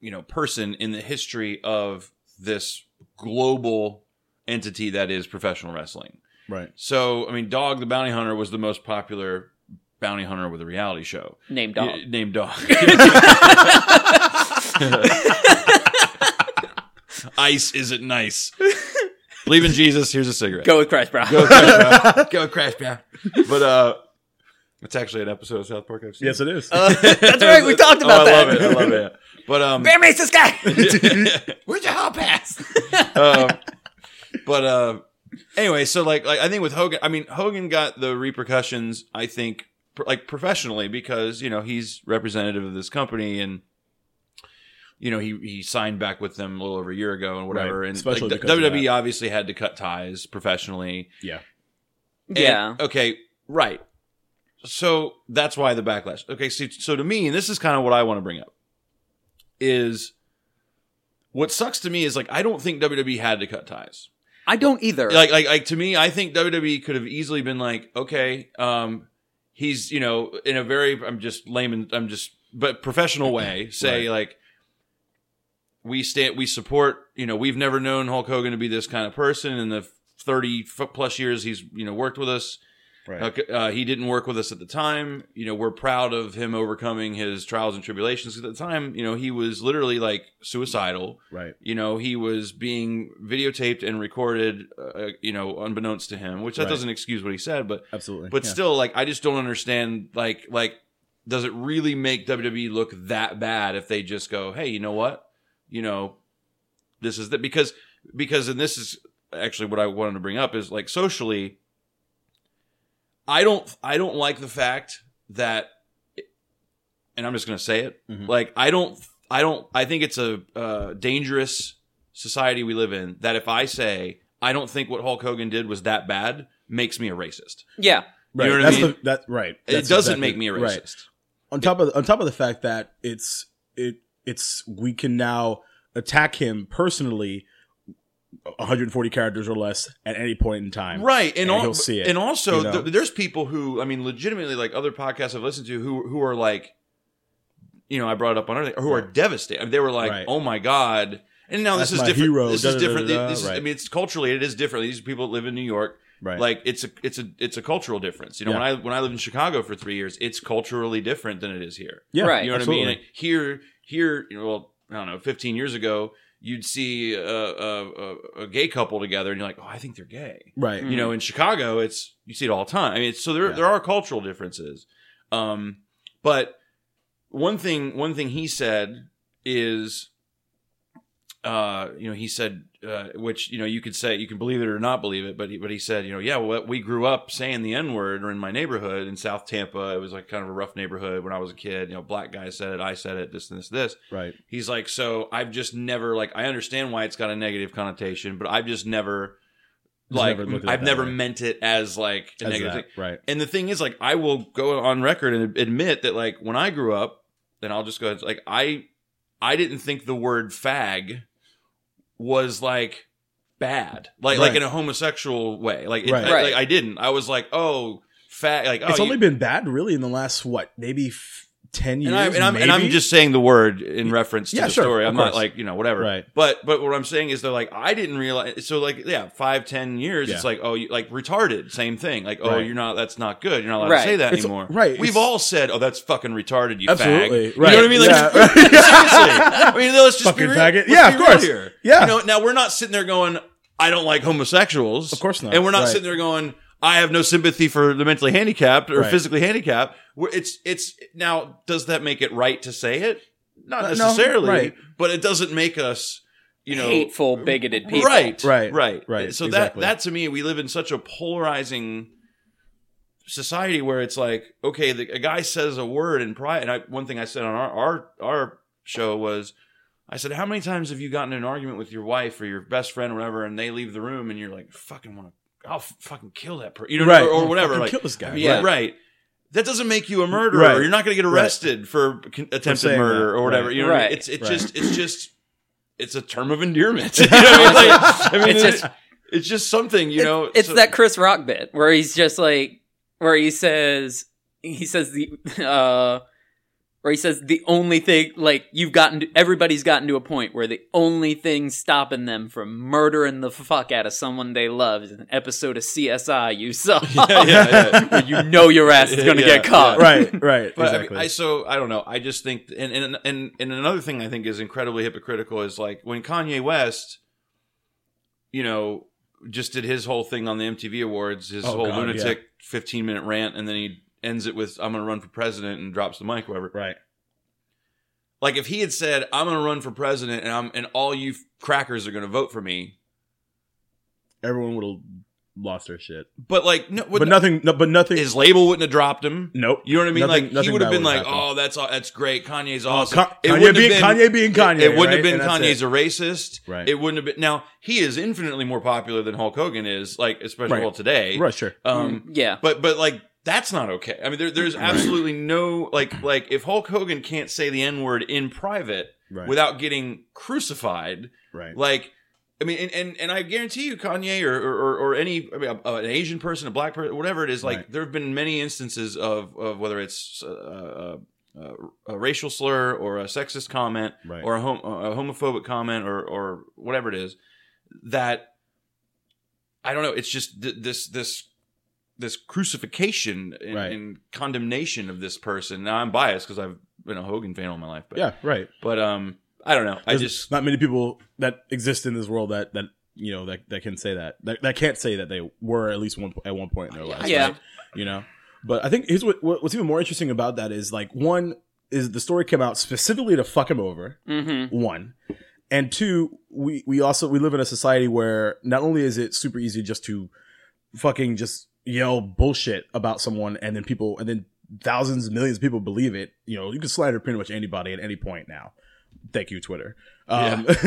you know, person in the history of this global entity that is professional wrestling.
Right.
So, I mean, Dog the Bounty Hunter was the most popular bounty hunter with a reality show
Name dog.
Y- named Dog. Ice isn't nice. Believe in Jesus. Here's a cigarette.
Go with Christ, bro.
go, crash, bro. go, crash, bro. But uh, it's actually an episode of South Park. I've seen.
Yes, it is.
That's right, we talked
Oh,
about that.
I love it. I love it. But um,
Bear mace this guy.
Where's your hall pass? um, but uh, anyway, so like, like I think with Hogan, I mean Hogan got the repercussions. I think pr- like professionally because you know he's representative of this company and you know he he signed back with them a little over a year ago and whatever.
Right,
And like,
especially
the-
because of that.
WWE obviously had to cut ties professionally.
yeah.
And-
yeah.
Okay. Right. So that's why the backlash. Okay. So, so to me, and this is kind of what I want to bring up is what sucks to me is like I don't think WWE had to cut ties.
I don't either.
Like, like, like to me, I think WWE could have easily been like, okay, um, he's you know in a very I'm just layman I'm just but professional way say like we stand we support you know we've never known Hulk Hogan to be this kind of person in the 30 f- plus years he's you know worked with us
Right.
uh, uh, he didn't work with us at the time. You know, we're proud of him overcoming his trials and tribulations. At the time, you know, he was literally like suicidal.
Right.
You know, he was being videotaped and recorded. Uh, you know, unbeknownst to him, which that
Right.
doesn't excuse what he said, but
Absolutely.
but
Yeah.
still, like, I just don't understand. Like, like, does it really make WWE look that bad if they just go, hey, you know what, you know, this is that because because and this is actually what I wanted to bring up is like socially, I don't I don't like the fact that, and I'm just gonna say it,
Mhm.
like, I don't I don't I think it's a uh, dangerous society we live in that if I say. I don't think what Hulk Hogan did was that bad makes me a racist
yeah.
Right.
know what I
that's
mean?
the that right.
it
That's
doesn't
exactly-
make me a racist.
Right. On top of on top of the fact that it's it it's we can now attack him personally 140 characters or less at any point in time.
Right, and,
And
al-
he'll see it,
and also
you know?
th- there's people who I mean, legitimately, like other podcasts I've listened to, who who are like, you know, I brought it up on other who are devastated. I mean, they were like,
Right.
"Oh my god!" And now
That's
this is
my
different.
hero,
This is
da-da-da-da-da,
different. This is, I
right.
mean, it's culturally it is different. These are people that live in New York.
Right.
Like it's a it's a it's a cultural difference. You know,
Yeah.
when I when I lived in Chicago for three years, it's culturally different than it is here.
yeah,
Right.
You know what I mean?
absolutely.
Like, Here, here, you know, well, I don't know, 15 years ago, you'd see a, a, a, a gay couple together, and you're like, oh, I think they're gay.
Right.
You know, in Chicago, it's you see it all the time. I mean, it's, so there
Yeah.
there are cultural differences. Um, but one thing one thing he said is, uh, you know, he said, uh, which you know, you could say you can believe it or not believe it, but he, but he said, you know, yeah, well, we grew up saying the N word, or in my neighborhood in South Tampa, it was like kind of a rough neighborhood when I was a kid. You know, black guy said it, I said it, this and this this.
Right.
He's like, so I've just never like I understand why it's got a negative connotation, but I've just never
Just
like
never looked at it
I've
that
never
way.
meant it as like a
As
negative
that,
thing.
Right.
And the thing is, like, I will go on record and admit that like when I grew up, then I'll just go ahead like I I didn't think the word fag was like bad. Like like
Right.
in a homosexual way. Like, it,
Right.
I,
Right.
like I didn't. I was like, oh fag like oh,
it's
you-
only been bad really in the last what, maybe f- 10 years.
and I'm, and, I'm, and I'm
maybe?
just saying the word in reference to
Yeah,
the
sure,
story.
of
I'm not
course.
like you know whatever.
Right.
But but what I'm saying is they're like I didn't realize. So like yeah, five ten years. It's
Yeah.
like oh you like retarded. Same thing. Like oh
Right.
you're not that's not good. You're not allowed
Right.
to say that
It's-
anymore.
right,
We've
it's-
all said oh that's fucking retarded. You
Absolutely.
fag.
Right.
You know what I mean? Like,
Yeah.
seriously. I mean let's just be
Fucking
real.
faggot.
Let's
Yeah,
be
of
real
course.
Here.
Yeah.
You know now we're not sitting there going I don't like homosexuals.
Of course not.
And we're not
Right.
sitting there going. I have no sympathy for the mentally handicapped or
Right.
physically handicapped. Where It's it's now does that make it right to say it? Not
Uh, No,
necessarily,
right.
but it doesn't make us, you know,
hateful, bigoted people.
Right,
Right,
right,
right,
So
exactly.
that that to me, we live in such a polarizing society where it's like, okay, the, a guy says a word in pride, and I, one thing I said on our, our our show was, I said, how many times have you gotten in an argument with your wife or your best friend or whatever, and they leave the room, and you're like, fucking want to, I'll f- fucking kill that person, you know,
Right.
or, or
I'll
whatever,
fucking
like,
kill this guy.
yeah,
Right.
right. That doesn't make you a murderer.
Right.
You're not going to get
Right.
arrested for con- attempted
saying
murder
that.
or whatever.
Right.
You know, what I mean?
Right.
it's it
Right.
just it's just it's a term of endearment. You know what I mean, Like, I mean,
It's
it's
just-
just it's just something. You know,
it's, it's
so-
that Chris Rock bit where he's just like, where he says, he says the, uh, where he says the only thing, like you've gotten, to, everybody's gotten to a point where the only thing stopping them from murdering the fuck out of someone they love is an episode of CSI you saw.
Yeah, yeah, yeah.
where you know your ass is gonna
Yeah,
get caught.
right, right,
But I mean,
exactly.
I, so I don't know. I just think, and, and and and another thing I think is incredibly hypocritical is like when Kanye West, you know, just did his whole thing on the MTV Awards, his
Oh,
whole
God,
lunatic fifteen minute rant, and then he ends it with "I'm going to run for president" and drops the mic, whatever.
right,
Like if he had said, "I'm going to run for president," and I'm and all you crackers are going to vote for me,
everyone would have lost their shit,
but like, no,
but nothing. No, but nothing.
his label wouldn't have dropped him.
nope.
You know what I mean?
Nothing-
like he
nothing
would have
bad
been
would
like,
have happened.
"Oh, that's all, that's great. Kanye's
Oh,
awesome."
Ka-
It
Kanye
wouldn't
being
have
Kanye being Kanye.
it wouldn't
right?
have been
And that's
Kanye's
it.
a racist.
Right.
It wouldn't have been. Now he is infinitely more popular than Hulk Hogan is, like especially
Right.
well today.
Right, Mm. sure.
Um,
Mm, Yeah.
but but like that's not okay. I mean, there, there's absolutely no like like if Hulk Hogan can't say the N word in private
Right,
without getting crucified,
right,
like. I mean, and, and, and I guarantee you, Kanye or or, or any I mean, a, a- an Asian person, a black person, whatever it is, like
Right.
there have been many instances of, of whether it's uh, uh, uh, a racial slur or a sexist comment
right.
or a, hom- a homophobic comment or or whatever it is that I don't know. It's just th- this this this crucifixion and,
Right.
and condemnation of this person. Now I'm biased because I've been a Hogan fan all my life, but
yeah, right.
but um, I don't know. I
There's
just
not many people that exist in this world that that you know that, that can say that. that that can't say that they were at least one at one point in their life.
Yeah.
right? you know. But I think here's what what- what's even more interesting about that is like one is the story came out specifically to fuck him over.
Mm-hmm.
One. And two, we, we also we live in a society where not only is it super easy just to fucking just yell bullshit about someone and then people and then thousands, millions of people believe it. You know, you can slander pretty much anybody at any point now. Thank you, Twitter. Um,
Yeah.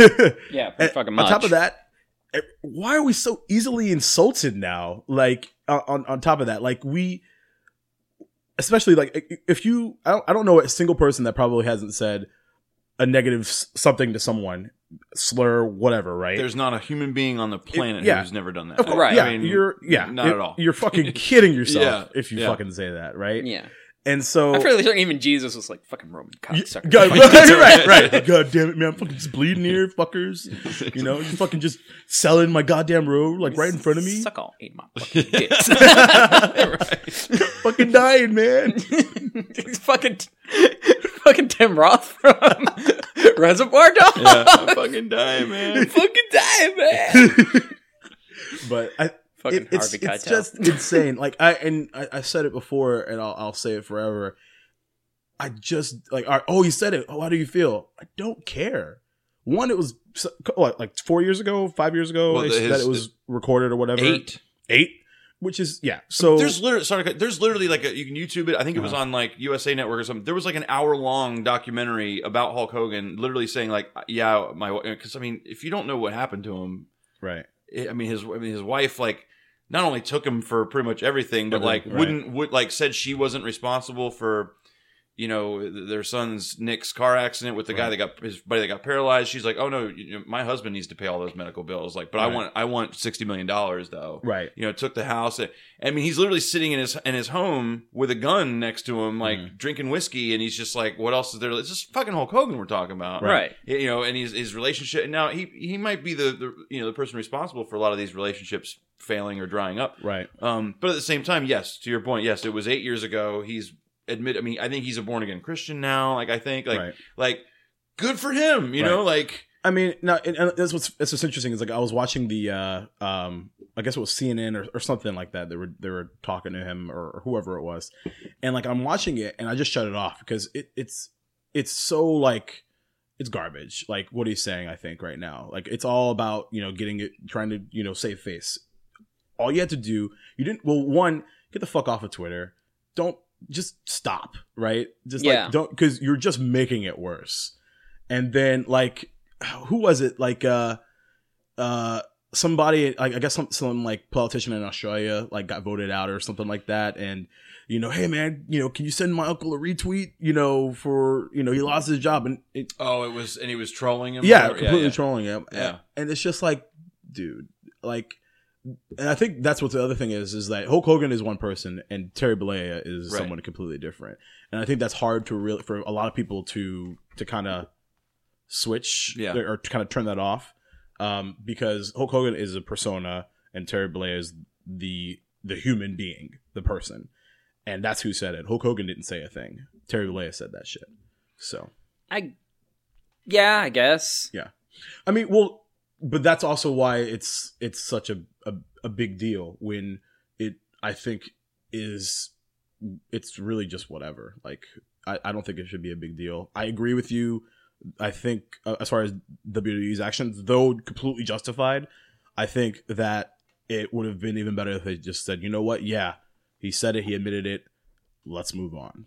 pretty
And
fucking
On
much.
top of that, eh, why are we so easily insulted now? Like on on- on top of that, like we, especially like i- if you, I don't, I don't know a single person that probably hasn't said a negative s- something to someone, slur, whatever, right?
there's not a human being on the planet
yeah.
who's never done that.
Of course,
Right.
yeah,
I mean,
you're yeah,
not
you're-
at all.
You're fucking kidding yourself
Yeah,
if you
yeah.
fucking say that, right?
yeah.
And so.
I'm fairly certain even Jesus was like fucking Roman
Y-
ah,
cocksucker.
God,
Like,
right, right, right. God damn it, man! I'm fucking just bleeding here, fuckers. You know, you fucking just selling my goddamn robe like right in front of me.
Suck all eight of my fucking dicks.
fucking dying, man.
It's fucking, fucking Tim Roth from Reservoir Dogs.
yeah, I fucking die, man.
fucking die, man.
But I,
fucking
it, it's,
Harvey
it's
Keitel.
just insane. Like I and I, I said it before, and I'll, I'll say it forever. I just like, all right, oh, you said it. Oh, how do you feel? I don't care. One, it was so- what, like four years ago, five years ago
Well,
they
the-
said that
his-
it was recorded or whatever.
Eight.
eight, which is yeah. So
There's literally sorry, to cut- there's literally like a, you can YouTube it. I think it was on like USA Network or something. There was like an hour long documentary about Hulk Hogan, literally saying like, yeah, my because I mean, if you don't know what happened to him,
right,
it, I mean his I mean his wife like not only took him for pretty much everything, but like
Everything, right.
wouldn't would like said she wasn't responsible for you know th- their son's Nick's car accident with the guy
Right.
that got his buddy that got paralyzed. She's like, oh no, you know, my husband needs to pay all those medical bills. Like, but I
Right.
want I want sixty million dollars though
right,
you know, took the house. I mean, he's literally sitting in his in his home with a gun next to him, like
Mm-hmm.
drinking whiskey, and he's just like, "What else is there?" It's just fucking Hulk Hogan we're talking about,
Right.
You know, and his his relationship. and Now he he might be the, the you know the person responsible for a lot of these relationships failing or drying up.
right,
Um, but at the same time, yes, to your point, yes, it was eight years ago. He's admit. I mean, I think he's a born again Christian now. Like I think, like
right.
like good for him. You know, like
I mean, no, and, and that's what's that's what's interesting is like I was watching the uh, um, I guess it was CNN or, or something like that. They were they were talking to him or, or whoever it was, and like I'm watching it and I just shut it off because it, it's it's so like it's garbage. Like what he's saying, I think right now, like it's all about you know getting it, trying to you know save face. All you had to do, you didn't. Well, one, get the fuck off of Twitter. Don't just stop, right? Just
Yeah.
like don't because you're just making it worse. And then like, who was it? Like uh, uh, somebody like I guess some some like politician in Australia like got voted out or something like that, and you know, hey man, you know, can you send my uncle a retweet? You know, for you know, he lost his job, and it,
Oh, it was, and he was trolling him.
yeah,
or-
completely trolling him.
Yeah.
And it's just like, dude, like, and I think that's what the other thing is, is that Hulk Hogan is one person and Terry Bollea is
Right.
someone completely different. And I think that's hard to really, for a lot of people to, to kind of switch
Yeah.
or to kind of turn that off. Um, because Hulk Hogan is a persona and Terry Bollea is the, the human being, the person. And that's who said it. Hulk Hogan didn't say a thing. Terry Bollea said that shit. So.
I, yeah, I guess.
I mean, well, but that's also why it's it's such a, a a big deal when it I think is it's really just whatever. Like I, I don't think it should be a big deal. I agree with you. I think uh, as far as WWE's actions, though completely justified, I think that it would have been even better if they just said, you know what, yeah, he said it, he admitted it, let's move on.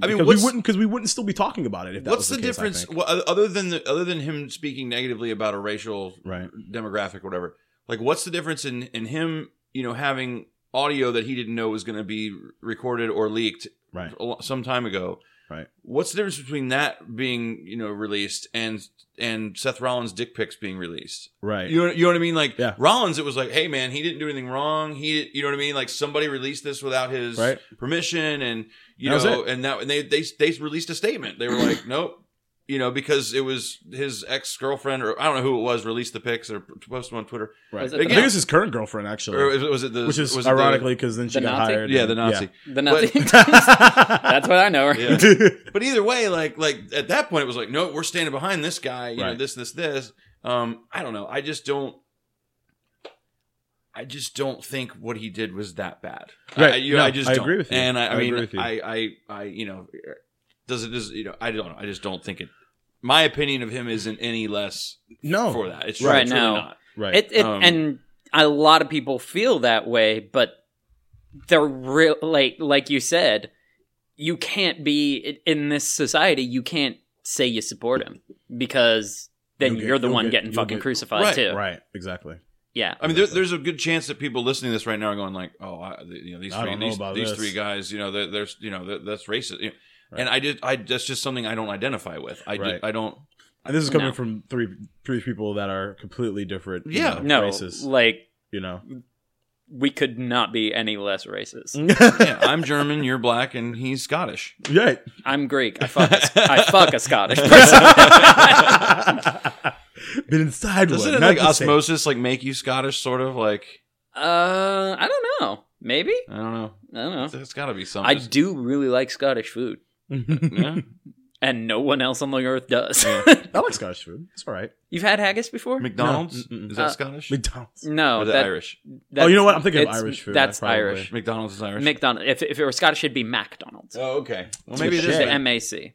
I mean,
Because
what's-
we wouldn't because we wouldn't still be talking about it. If that
What's the,
was the, case, I
difference?
think.
Well, o- other than the, other than him speaking negatively about a racial
Right.
demographic, or whatever. Like, what's the difference in in him, you know, having audio that he didn't know was going to be recorded or leaked
Right.
a lo- some time ago?
Right.
What's the difference between that being you know released and and Seth Rollins' dick pics being released?
Right.
You know, you know what I mean? Like
Yeah.
Rollins, it was like, hey man, he didn't do anything wrong. He, did, you know what I mean? Like somebody released this without his
Right.
permission, and you
That was
know, and that and they they they released a statement. They were like, nope, you know, because it was his ex girlfriend or I don't know who it was released the pics or posted on Twitter.
Right.
Was it
I
the
think
Nazi-
it's his current girlfriend, actually.
Or was it- was it the
which is
was it the-
ironically because then she
the
got
Nazi?
hired.
yeah
and-
the Nazi.
The Nazi.
Yeah.
That's what I know. Right?
Yeah. But either way, like like at that point, it was like, no, we're standing behind this guy. You know,
Right.
this, this, this. Um, I don't know. I just don't. I just don't think what he did was that bad.
Right.
I, you know,
No,
I just
I
don't.
agree with you.
And I, I,
I
mean,
agree with you.
I, I, I, you know, does it? Does you know? I don't know. I just don't think it. My opinion of him isn't any less
no.
for that. It's
Right
right
now.
not.
Right.
It, it
Um,
and a lot of people feel that way, but they're real like like you said, you can't be in this society. You can't say you support him because then
You'll get-
you're the
you'll
one
get-
getting
you'll
fucking
get-
crucified
Right,
too.
right. Exactly.
Yeah,
I mean, there, there's a good chance that people listening to this right now are going like, "Oh, I, you know, these
I
three,
don't know
these,
about
these
this.
three guys, you know, they're, they're you know, that- that's racist." you know.
Right.
And I did, I that's just something I don't identify with. I
Right.
did, I don't.
And this is coming
No.
from three three people that are completely different. you
Yeah.
know,
no,
races.
like
You know.
we could not be any less
Mm.
racist.
Yeah, I'm German, you're black, and he's Scottish.
Right.
I'm Greek. I fuck a, I fuck a Scottish person.
Been inside
Doesn't
one.
it
not
like
the same.
osmosis like make you Scottish? Sort of like
uh, I don't know. Maybe
I don't know.
I don't know.
It's got to be something.
I do really like Scottish food,
Yeah.
and no one else on the earth does.
I like Scottish food. It's all right.
You've had haggis before?
McDonald's
No. Mm-mm.
is that
Uh,
Scottish?
McDonald's.
No,
Or is that,
that-
Irish?
that's-
Oh, you know what? I'm thinking of
it's-
Irish food.
That's
probably.
Irish.
McDonald's is Irish.
McDonald. If, if it were Scottish, it'd be MacDonald's.
oh, okay. Well,
It's
maybe it
good
is.
shit.
The
like-
M A C.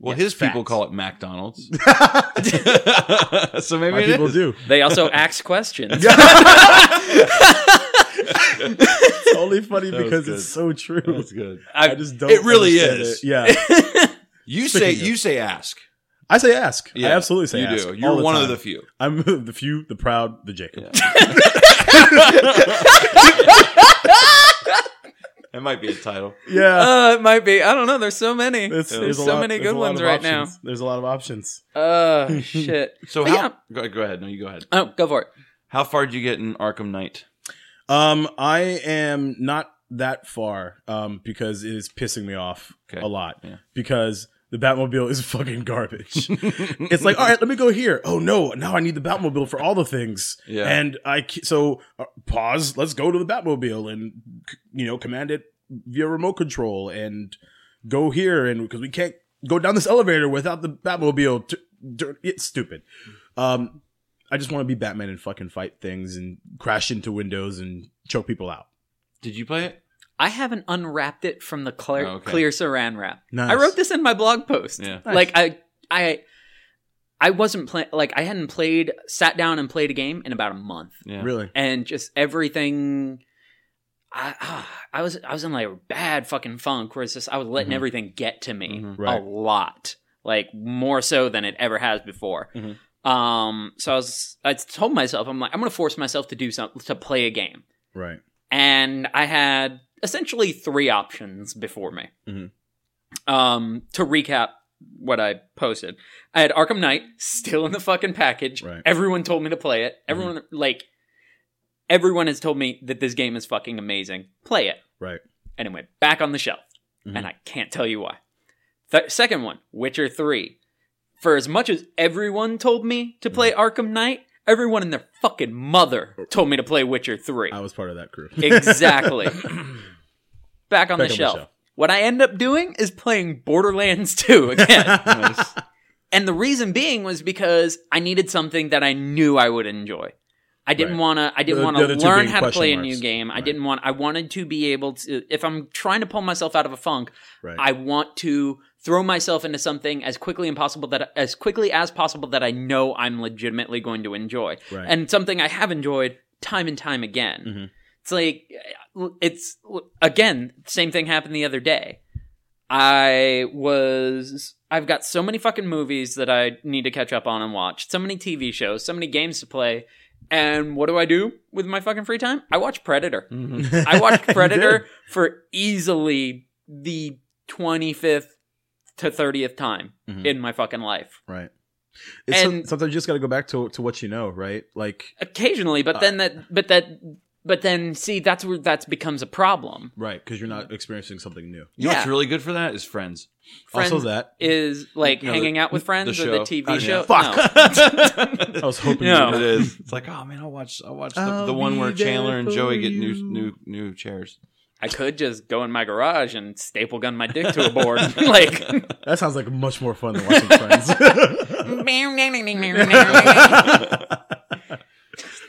well,
Yeah,
his people
facts.
call it McDonald's. so
My
maybe it
people
is.
do.
They also ask questions.
It's only funny
That was
because
good.
it's so true.
good.
I-
I just don't.
It really
understand
is.
it. Yeah.
You
Speaking
say
of-
you say ask.
I say ask. I
Yeah,
absolutely say
you
ask.
do.
all
You're
the
one of
time.
the few.
I'm the few, the proud, the Jacob.
That might be a title.
Yeah.
uh, it might be. I don't know. There's so many.
It's-
there's
a
so
lot-
many
there's
good
a lot
ones
of
right
options. There's a lot of options.
now. Uh, shit.
So
But
how?
yeah.
Go, go ahead. No, you go ahead.
Oh, go for it.
How far did you get in Arkham Knight?
Um, I am not that far um, because it is pissing me off
Okay.
a lot
Yeah.
because the Batmobile is fucking garbage. it's like, all right, let me go here. Oh no, now I need the Batmobile for all the things.
Yeah.
And I ca- so uh, pause. Let's go to the Batmobile and c- you know command it via remote control and go here and because we can't go down this elevator without the Batmobile. T- dur- it's stupid. Um, I just want to be Batman and fucking fight things and crash into windows and choke people out.
Did you play it?
I haven't unwrapped it from the clear,
Oh, okay.
clear saran wrap.
Nice.
I wrote this in my blog post.
Yeah.
Nice.
Like I, I, I wasn't playing. Like I hadn't played, sat down and played a game in about a month,
Yeah.
Really?
and just everything. I, ah, I was I was in like a bad fucking funk where it's just I was letting
Mhm.
everything get to me
Mhm.
Right.
a lot, like more so than it ever has before.
Mhm.
Um, so I was I told myself I'm like I'm gonna force myself to do something to play a game
Right.
and I had essentially three options before me.
Mhm.
Um, to recap what I posted, I had Arkham Knight still in the fucking package.
Right.
Everyone told me to play it. Everyone like everyone has told me that this game is fucking amazing. Play it.
Right.
And it went back on the shelf,
Mhm.
and I can't tell you why. Th- second one, Witcher Three. For as much as everyone told me to play Arkham Knight, everyone and their fucking mother told me to play Witcher Three.
I was part of that crew.
Exactly. Back on
Back
the shelf. What I end up doing is playing Borderlands 2 again.
Nice.
and the reason being was because I needed something that I knew I would enjoy. I didn't
Right.
want to I didn't
The-
want
the
to
other two
learn
being
how to
question
play a
marks.
new game. I
Right.
didn't want I wanted to be able to if I'm trying to pull myself out of a funk,
Right.
I want to throw myself into something as quickly and possible that as quickly as possible that I know I'm legitimately going to enjoy,
Right.
and something I have enjoyed time and time again.
Mhm.
It's like it's again same thing happened the other day. I was I've got so many fucking movies that I need to catch up on and watch, so many TV shows, so many games to play, and what do I do with my fucking free time? I watch Predator. I watched
You
Predator for easily the 25th to 30th time
Mhm.
in my fucking life.
Right. It's some-
And-
sometimes you just got to go back to to what you know, right? Like,
Occasionally, but then that but that but then see that's where that becomes a problem.
right, because you're not experiencing something new.
You know what's
Yeah.
really good for that is Friends.
Friends
Also, that
is like
You know,
hanging out with friends or the
show.
TV
Uh,
show.
Fuck.
No.
I
I was hoping.
No.
It is. It's like, oh man, I'll watch. I'll watch the,
I'll
the one
be
where
there
Chandler and
for
Joey get new,
you.
new, new chairs.
I could just go in my garage and staple gun my dick to a board. like
You. That sounds like much more fun than watching Friends.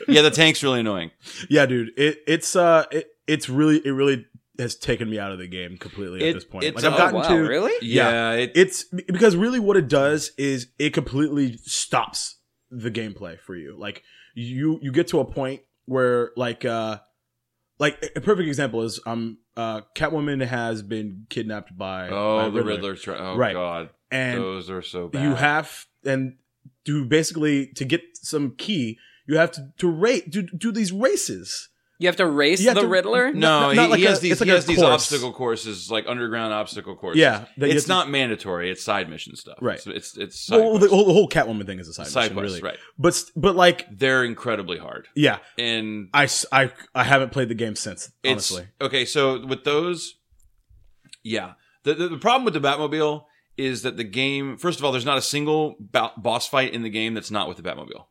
Yeah, the tank's really annoying.
yeah, dude. It it's uh it it's really it really has taken me out of the game completely
It-
at this point.
it's-
Like
oh,
I've gotten
wow,
to
really?
Yeah,
Yeah.
it,
it's because really what it does is it completely stops the gameplay for you like you you get to a point where like uh like a perfect example is um uh catwoman has been kidnapped by
oh
by
the Riddler. Tri- oh
Right.
god,
and
those are so bad.
you have and to basically to get some key you have to to rate do, do these races
You have to race
You have
the
to-
Riddler?
no,
not-
he,
not like
he has
a-
these
it's like
he
a
has these
course.
obstacle courses like underground obstacle courses.
yeah that you have
it's
to-
not mandatory. It's side mission stuff.
Right.
So it's it's side
well, the
quests.
whole, the whole catwoman thing is a side,
side
mission,
quests,
really
right?
but st- but like
They're incredibly hard,
yeah
and
I, s- I I haven't played the game since
it's
honestly
okay. So with those, yeah, the, the the problem with the Batmobile is that the game. First of all, there's not a single bo- boss fight in the game that's not with the Batmobile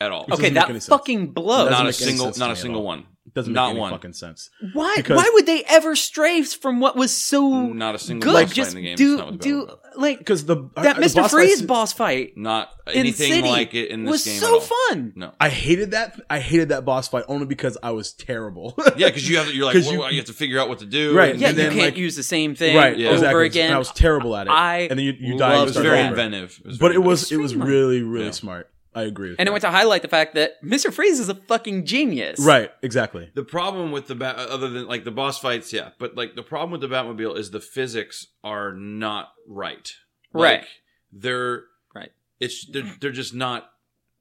at all.
Which
Okay,
doesn't make any
that
sense.
fucking blows.
Doesn't
Not a
make any
single,
sense to
not
me
a
at
single
all.
one.
Doesn't make
Not
any
one.
fucking sense.
Why?
Because-
why would they ever stray from what was so
Not a single
good?
boss
Just
fight in the game. is not
do
with
do
Batmobile.
like
Because the
that
I- the
Mr.
boss
Freeze
fights-
boss fight
not
in
anything
City
like it in this
was
game. at
so
all.
fun.
No,
I hated that. I hated that boss fight only because I was terrible.
yeah, because you have you're like
'Cause
whoa,
you-
whoa, you have to figure out what to do.
Right,
and
Yeah,
and
you
then,
can't
like-
use the same thing
right,
Yeah.
over
exactly.
again.
And I was terrible at it.
I
and then you, you died.
love
And
It's
start
very
over.
inventive.
But
very
it was it was
Streamlined.
really really
Yeah.
smart. I agree. With
and
that.
it went to highlight the fact that Mr. Freeze is a fucking genius.
right exactly.
The problem with the bat, uh, other than like the boss fights, yeah, but like the problem with the Batmobile is the physics are not right. Like,
Right.
They're
Right.
It's they're, they're just not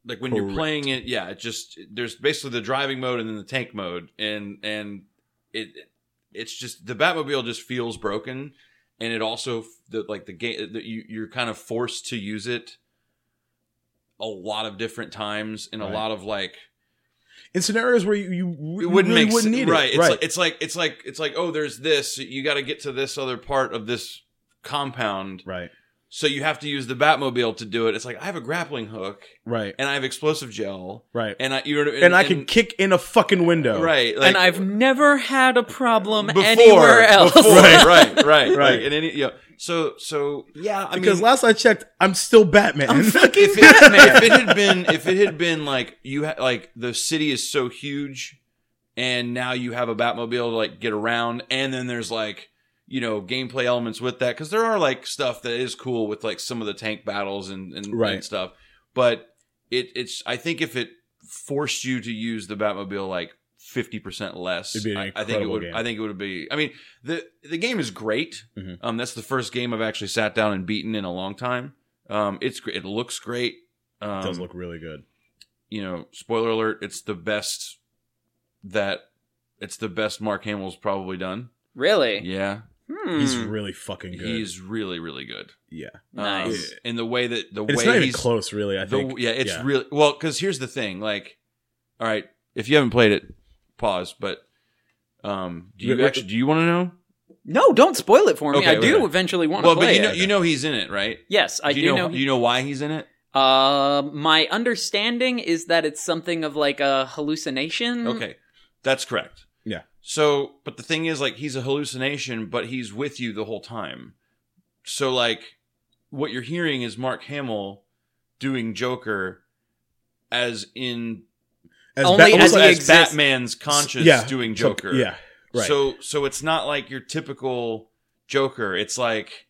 like when you're
Correct.
playing it. Yeah, it just there's basically the driving mode and then the tank mode, and and it it's just the Batmobile just feels broken, and it also f- the like the game that you you're kind of forced to use it a lot of different times in a
Right.
lot of like
In scenarios where you, you
it
you
wouldn't
really
make
wouldn't
se-
need
right.
it.
It's, Like, it's like it's like it's like oh, there's this. You got to get to this other part of this compound.
right.
So you have to use the Batmobile to do it. It's like I have a grappling hook
Right.
and I have explosive gel,
Right.
And I you know, and,
And I can kick in a fucking window.
right, like,
and I've never had a problem
before,
anywhere else.
before, right, right, right, like,
Right.
and any, yeah. So so yeah, I
Because
mean,
last I checked, I'm still Batman.
if, it, if it had been if it had been like you ha- like the city is so huge and now you have a batmobile to like get around and then there's like you know gameplay elements with that because there are like stuff that is cool with like some of the tank battles and and, and
Right.
stuff but it it's i think if it forced you to use the batmobile like 50% less
It'd be an
I, I think it
incredible
would
game.
i think it would be i mean the the game is great
Mhm.
um that's the first game i've actually sat down and beaten in a long time um, it's gr- it looks great. Um,
it does look really good.
You know, spoiler alert: it's the best that it's the best Mark Hamill's probably done.
Really?
Yeah,
Hmm.
He's really fucking good.
he's really really good.
yeah.
nice.
Um, and the way that the
And it's
way
not even
he's
close, really. I
the-
think.
yeah, it's
yeah.
really well because here's the thing: like, all right, if you haven't played it, pause. But um, do
Wait,
you
wait.
actually do you want to know?
No, don't spoil it for me.
Okay,
I do
okay.
eventually want
Well,
to
but
play
you know
it.
you know he's in it, right?
yes, I do,
you
know. he-
you know why he's in it.
Uh, my understanding is that it's something of like a hallucination.
Okay, that's correct.
Mm-hmm. Yeah.
So, but the thing is, like, he's a hallucination, but he's with you the whole time. So, like, what you're hearing is Mark Hamill doing Joker as in
As
Only
Bat-
as
almost
he
as
exists.
Batman's conscious
yeah,
doing Joker.
Yeah. Right.
So, so it's not like your typical Joker. It's like,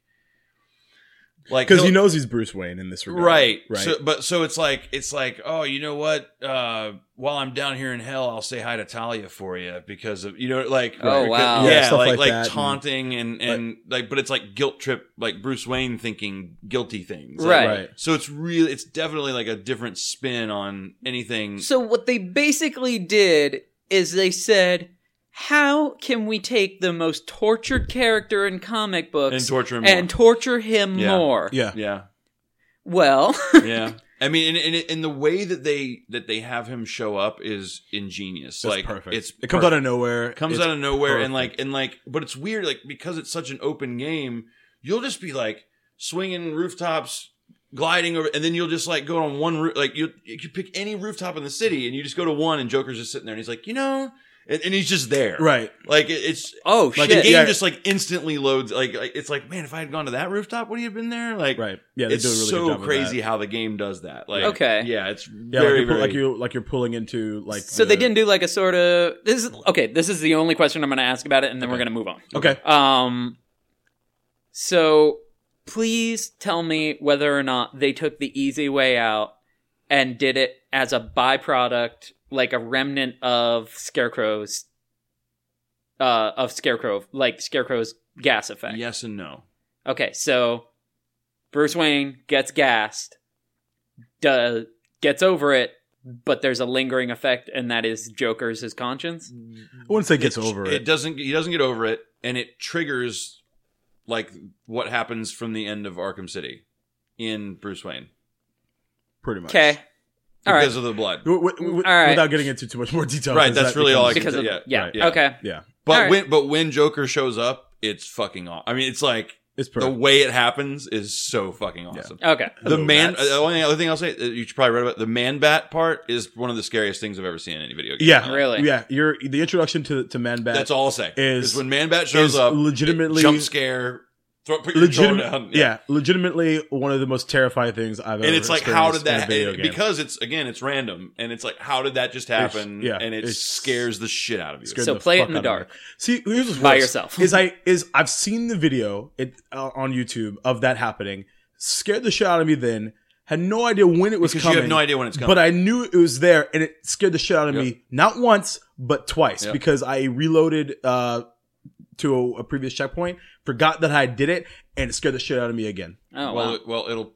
like
because
he'll-
he knows he's Bruce Wayne in this regard.
right
Right.
so, but so it's like it's like oh you know what uh while i'm down here in hell i'll say hi to talia for you because of you know like
Oh,
like,
wow.
yeah,
Yeah, stuff
like
like
like,
that and-
taunting and and like but it's like guilt trip like bruce wayne thinking guilty things Like,
Right.
right.
so it's really it's definitely like a different spin on anything
So what they basically did is they said, "How can we take the most tortured character in comic books
and torture him
and
more.
torture him
Yeah.
more?"
Yeah.
yeah
Well,
yeah i mean and, and, and the way that they that they have him show up is ingenious
That's
like
perfect.
it's
it comes out of nowhere.
comes
It's-
out of nowhere and like
perfect.
and like but it's weird like because it's such an open game you'll just be like swinging rooftops gliding over and then you'll just like go on one roof like you you could pick any rooftop in the city and you just go to one and joker's just sitting there and he's like you know and, and he's just there
Right.
like it, it's
oh
like the
shit.
game
Yeah.
just like instantly loads like like, it's like man if i had gone to that rooftop would he have been there like
Right. Yeah. They
it's
do a really
so
good job of
crazy
that.
how the game does that like
Okay.
yeah it's
Yeah.
very
like, you're, pu-
very
like you like you're pulling into like. uh,
so they
the-
didn't do like a sort of this is okay. This is the only question I'm going to ask about it, and then we're
Okay.
going to move on.
Okay.
Um, so please tell me whether or not they took the easy way out and did it as a byproduct, like a remnant of Scarecrow's, uh, of Scarecrow, like Scarecrow's gas effect.
yes and no
Okay, so Bruce Wayne gets gassed, duh, gets over it, but there's a lingering effect, and that is Joker's his conscience.
I wouldn't say gets over it.
It doesn't. He doesn't get over it, and it triggers like what happens from the end of Arkham City in Bruce Wayne
pretty much.
Okay, all right.
because of the blood.
W- w- w-
All right.
Without getting into too much more detail.
Right,
'cause
that's
that
really all I
because
becomes-
of yeah,
yeah,
yeah.
right,
yeah.
okay.
Yeah.
But
Alright.
when but when Joker shows up, it's fucking awesome. I mean, it's like
It's
the
perfect.
way it happens is so fucking awesome.
Okay.
The
Hello,
man.
bats.
The only other thing I'll say, uh, you should probably read about it, the man bat part is one of the scariest things I've ever seen in any video game.
Yeah.
Really?
Yeah. You're the introduction to to Man Bat.
that's all I'll say. Is,
Is-
when man bat shows up,
legitimately-
jump scare, throw, put your
Legitimate,
jaw down.
yeah. legitimately one of the most terrifying things I've ever.
and it's like how did
experienced in a
that
video
and-
game.
because it's again it's random and it's like how did that just happen
yeah,
and it
it's-
scares the shit out of you
scared
So
the
play it
fuck
in the
out of me.
dark.
See, here's what's
By
worse,
yourself.
is I is I've seen the video it uh, on YouTube of that happening. Scared the shit out of me. Then had no idea when it was
because
coming.
you have no idea when it's coming
But I knew it was there, and it scared the shit out of
Yep.
me. Not once, but twice,
Yep.
because I reloaded uh, to a, a previous checkpoint, forgot that I did it, and it scared the shit out of me again.
Oh
well,
wow.
it, well it'll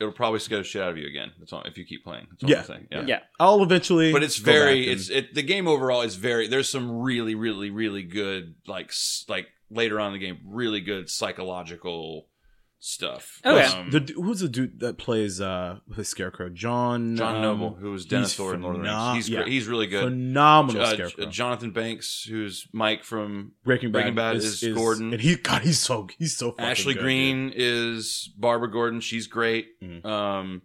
it'll probably scare the shit out of you again that's all if you keep playing that's all
Yeah.
I'm saying. yeah
Yeah.
I'll eventually,
but it's
go back
very
and-
it's it the game overall is very there's some really really really good like s- like later on in the game really good psychological stuff. Um,
Okay.
What's the du- who's the dude that plays uh the Scarecrow? John
John
um,
Noble, who was Dennis
he's
Thor in Lord of the
phenom-
Rings. He's
yeah.
great. he's really good.
phenomenal
Uh,
Scarecrow.
J- Jonathan Banks, who's Mike from
Breaking Bad,
Breaking Bad is Gordon.
and he God, he's so he's so fucking
Ashley
good,
Green is Barbara Gordon. She's great.
Mhm.
Um,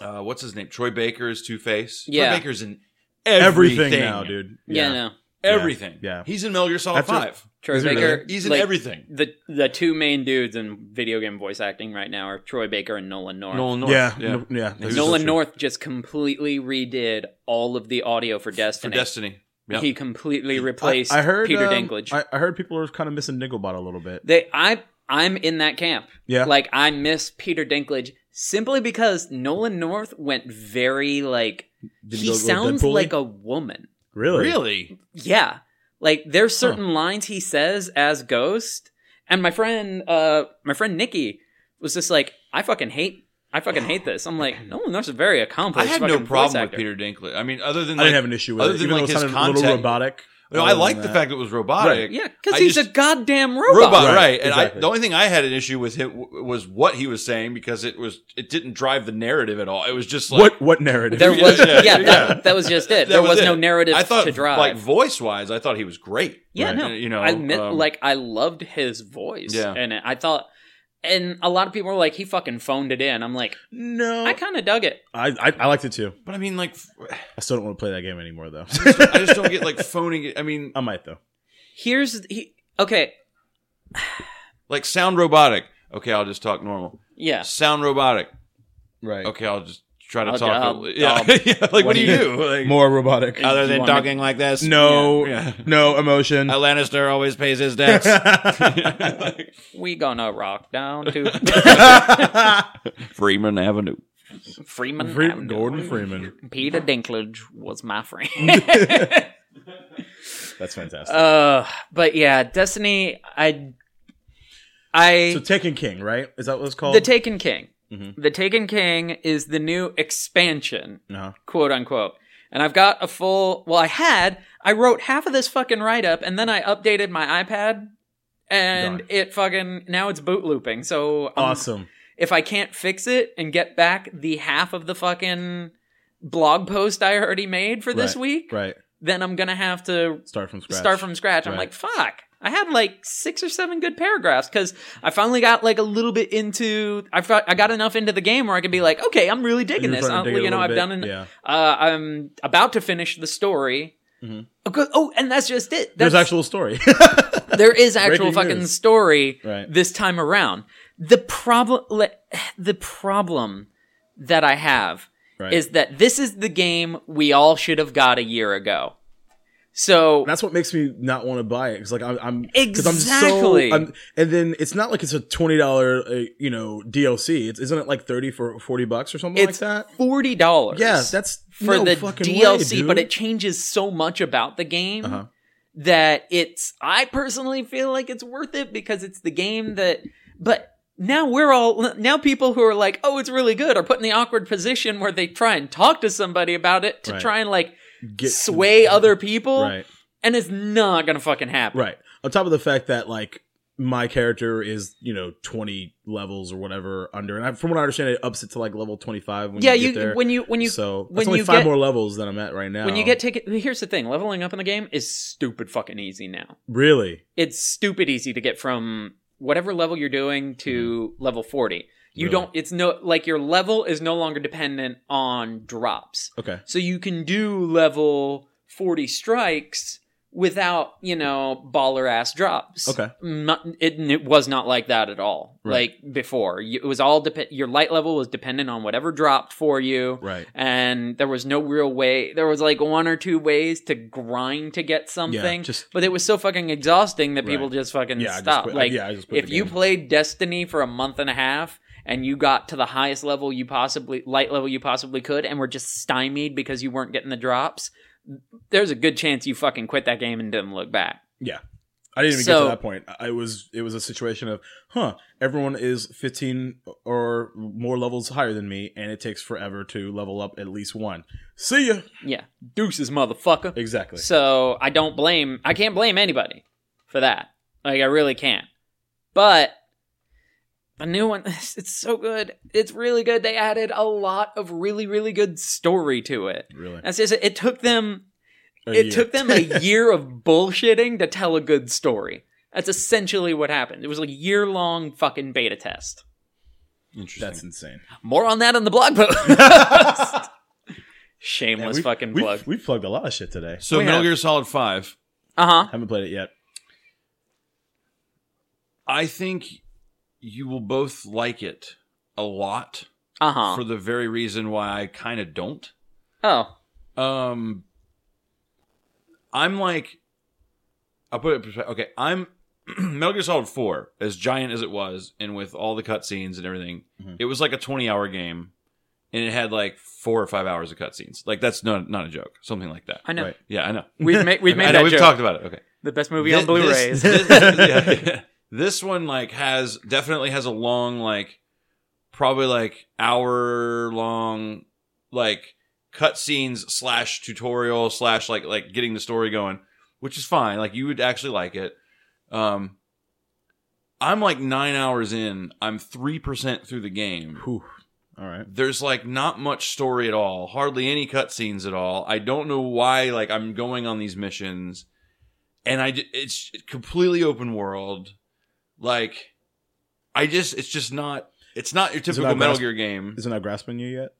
uh, what's his name? Troy Baker is Two Face.
Yeah.
Troy Baker's in
dude.
everything,
everything, now, dude.
Yeah, no.
Everything.
Yeah.
He's in Metal Gear Solid
That's a-
Five.
Troy
Is it
Baker.
really?
He's in
like,
everything.
The the two main dudes in video game voice acting right now are Troy Baker and Nolan North.
Nolan North.
yeah, no- yeah.
He was
that's
Nolan
so true.
North just completely redid all of the audio for
for
Destiny.
Destiny. Yep.
He completely
I-
replaced
I heard
Peter
um,
Dinklage.
I, I heard people are kind of missing Nickelbot a little bit.
they I I'm in that camp.
Yeah,
Like I miss Peter Dinklage simply because Nolan North went very like
Did
he
go- go
sounds
Deadpool-y?
like a woman.
really,
really?
Yeah. Like there's certain lines he says as Ghost, and my friend, uh, my friend Nikki was just like, I fucking hate, I fucking hate this. I'm like, no, that's a very
Oh, I
accomplished.
had
fucking
no
voice
problem with
actor."
Peter Dinklage. I mean, other than
I didn't
like-
have an issue with
other
it,
than,
even
like,
though it
his
sounded a little
contact-
robotic.
No, I
Other than
like the
that-
fact that it was robotic.
Right.
Yeah, because
I
he's
just-
a goddamn robot.
robot, right?
Right,
And I,
exactly.
the only thing I had an issue with it w- was what he was saying because it was it didn't drive the narrative at all. It was just like
what what narrative?
There
Yeah,
was,
yeah,
yeah,
yeah.
That, that was just it.
that
there was, no
it.
narrative
I thought,
to drive.
Like voice wise, I thought he was great.
yeah,
Right.
no,
You know,
I admit,
um,
like I loved his voice,
Yeah.
and it. I thought, and a lot of people were like, he fucking phoned it in. I'm like,
no,
I kind of dug it.
I, I I liked it too.
But I mean, like, f-
I still don't want to play that game anymore though.
I just don't get like phoning. it. I mean,
I might though.
Here's he, okay,
like sound robotic. Okay, I'll just talk normal.
yeah.
Sound robotic.
Right.
Okay, I'll just try to
I'll-
talk.
I'll-
yeah.
I'll-
Yeah, Like, what, do you do? Like,
More robotic.
other
You
than
want me-
talking like this?
no,
Yeah.
no emotion.
A Lannister always pays his debts.
We gonna rock down to
Freeman Avenue.
Freeman.
Fre-
Avenue.
Gordon Freeman.
Peter Dinklage was my friend.
That's fantastic.
uh, but yeah, Destiny. I, I
so Taken King, right? Is that what it's called?
the Taken King.
Mhm.
The Taken King is the new expansion,
uh-huh.
quote unquote. And I've got a full. Well, I had. I wrote half of this fucking write up, and then I updated my iPad, and
Darn.
it fucking now it's boot looping. So I'm
Awesome.
if I can't fix it and get back the half of the fucking blog post I already made for this
Right,
week,
Right.
then I'm gonna have to
Start from scratch.
start from scratch. I'm
Right.
like, fuck. I had like six or seven good paragraphs because I finally got like a little bit into. I got, I got enough into the game where I could be like, okay, I'm really digging
You're
this.
trying
i
to dig it a
you know,
little
I've
bit.
done. An,
Yeah.
uh, I'm about to finish the story.
Mhm.
Oh, good- Oh, and that's just it.
There's
That's-
actual story.
there is actual
Breaking
fucking
news.
story
Right.
this time around. The problem, le- the problem that I have
Right.
is that this is the game we all should have got a year ago. So
That's what makes me not want to buy it because, like, I'm, I'm 'cause
Exactly.
I'm so, I'm, and then it's not like it's a twenty dollar, uh, you know, DLC. It's, isn't it like thirty for forty bucks or something
it's
like that?
forty dollars.
Yeah, that's
for
no
the
fucking
DLC,
way, dude.
but it changes so much about the game
Uh-huh.
that it's. I personally feel like it's worth it because it's the game that. But now we're all now people who are like, oh, it's really good, are put in the awkward position where they try and talk to somebody about it to
Right.
try and like
Get-
sway other people,
Right.
and it's not gonna fucking happen.
Right. On top of the fact that like my character is you know twenty levels or whatever under, and I, from what I understand, it ups it to like level twenty five.
yeah,
you,
you,
get there. oh.
when you when you
so
when
that's only
you
five
get-
more levels than I'm at right now.
when you get ticket. Here's the thing: leveling up in the game is stupid fucking easy now.
really
it's stupid easy to get from whatever level you're doing to level 40. You
Mm-hmm. Really?
don't it's no like your level is no longer dependent on drops.
okay,
So you can do level 40 strikes without, you know, baller ass drops.
Okay.
Not, it, it was not like that at all.
Right.
Like before, You- it was all depend your light level was dependent on whatever dropped for you
right.
and there was no real way. There was like one or two ways to grind to get something,
just-
but it was so fucking exhausting that
Right.
people just fucking
Yeah, I just
stopped.
quit- I-
like,
yeah, I just quit
if
the
you
game.
played Destiny for a month and a half and you got to the highest level you possibly light level you possibly could, and were just stymied because you weren't getting the drops, there's a good chance you fucking quit that game and didn't look back.
I didn't even get
So-
to that point. I- It was it was a situation of, huh? Everyone is fifteen or more levels higher than me, and it takes forever to level up at least one. See ya.
Yeah, deuces, motherfucker.
Exactly.
So I don't blame. I can't blame anybody for that. Like I really can't. But The new one, it's so good. It's really good. They added a lot of really, really good story to it.
Really?
That's just it. Took them
A
it
year.
took them a year of bullshitting to tell a good story. That's essentially what happened. It was a year long fucking beta test.
Interesting.
That's insane.
More on that on the blog post.
Man,
Shameless
we-
fucking
we-
plug.
We've plugged a lot of shit today.
so
We
Metal
have-
Gear Solid Five.
Uh huh.
Haven't played it yet.
I think you will both like it a lot
Uh huh.
for the very reason why I kind of don't.
Oh.
Um, I'm like, I'll put it in perspective. Okay, I'm Metal Gear Solid Four, as giant as it was, and with all the cutscenes and everything,
Mm-hmm.
Mhm.
it was like a 20 hour game, and it had like four or five hours of cutscenes. Like that's not not a joke, something like that.
I know.
Right.
Yeah, I know.
We've, ma- we've
I
made
know,
that
we've
joke.
talked about it. Okay.
The best movie
Thi-
on Blu-rays.
This, this- yeah. This one like has definitely has a long like probably like hour long like cutscenes slash tutorial slash like like getting the story going, which is fine. Like you would actually like it. Um I'm like nine hours in. I'm three percent through the game.
Whew. All right.
There's like not much story at all, hardly any cutscenes at all. I don't know why like I'm going on these missions, and I ju- it's completely open world. Like, I just it's just not it's not your typical
not
Metal
grasp-
Gear game.
Is it not grasping you yet?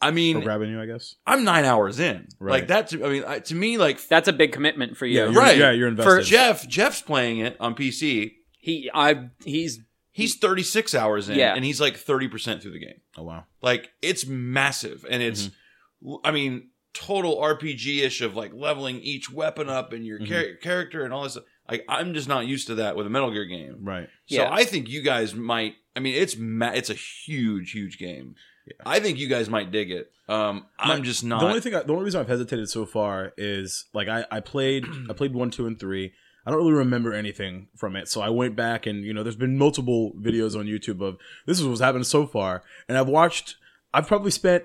I
Or
mean,
grabbing you, I guess.
I'm nine hours in. Like
Right.
that. To, I mean, I, to me, like
That's a big commitment for you.
you're-
right.
Yeah, you're
For
invested.
Jeff, Jeff's playing it on PC.
He, I, he's
He's 36 hours in,
Yeah.
and he's like 30 percent through the game.
oh wow.
Like it's massive, and it's,
Mm-hmm.
I mean, total RPG ish of like leveling each weapon up and your char-
Mm-hmm.
character and all this. Like I'm just not used to that with a Metal Gear game.
Right.
Yeah.
So I think you guys might. I mean, it's ma- it's a huge, huge game.
Yeah.
I think you guys might dig it. Um,
My-
I'm just not.
The only thing, I, the only reason I've hesitated so far is like I, I played, I played one, two, and three. I don't really remember anything from it, so I went back and you know, there's been multiple videos on YouTube of this is what's happened so far, and I've watched, I've probably spent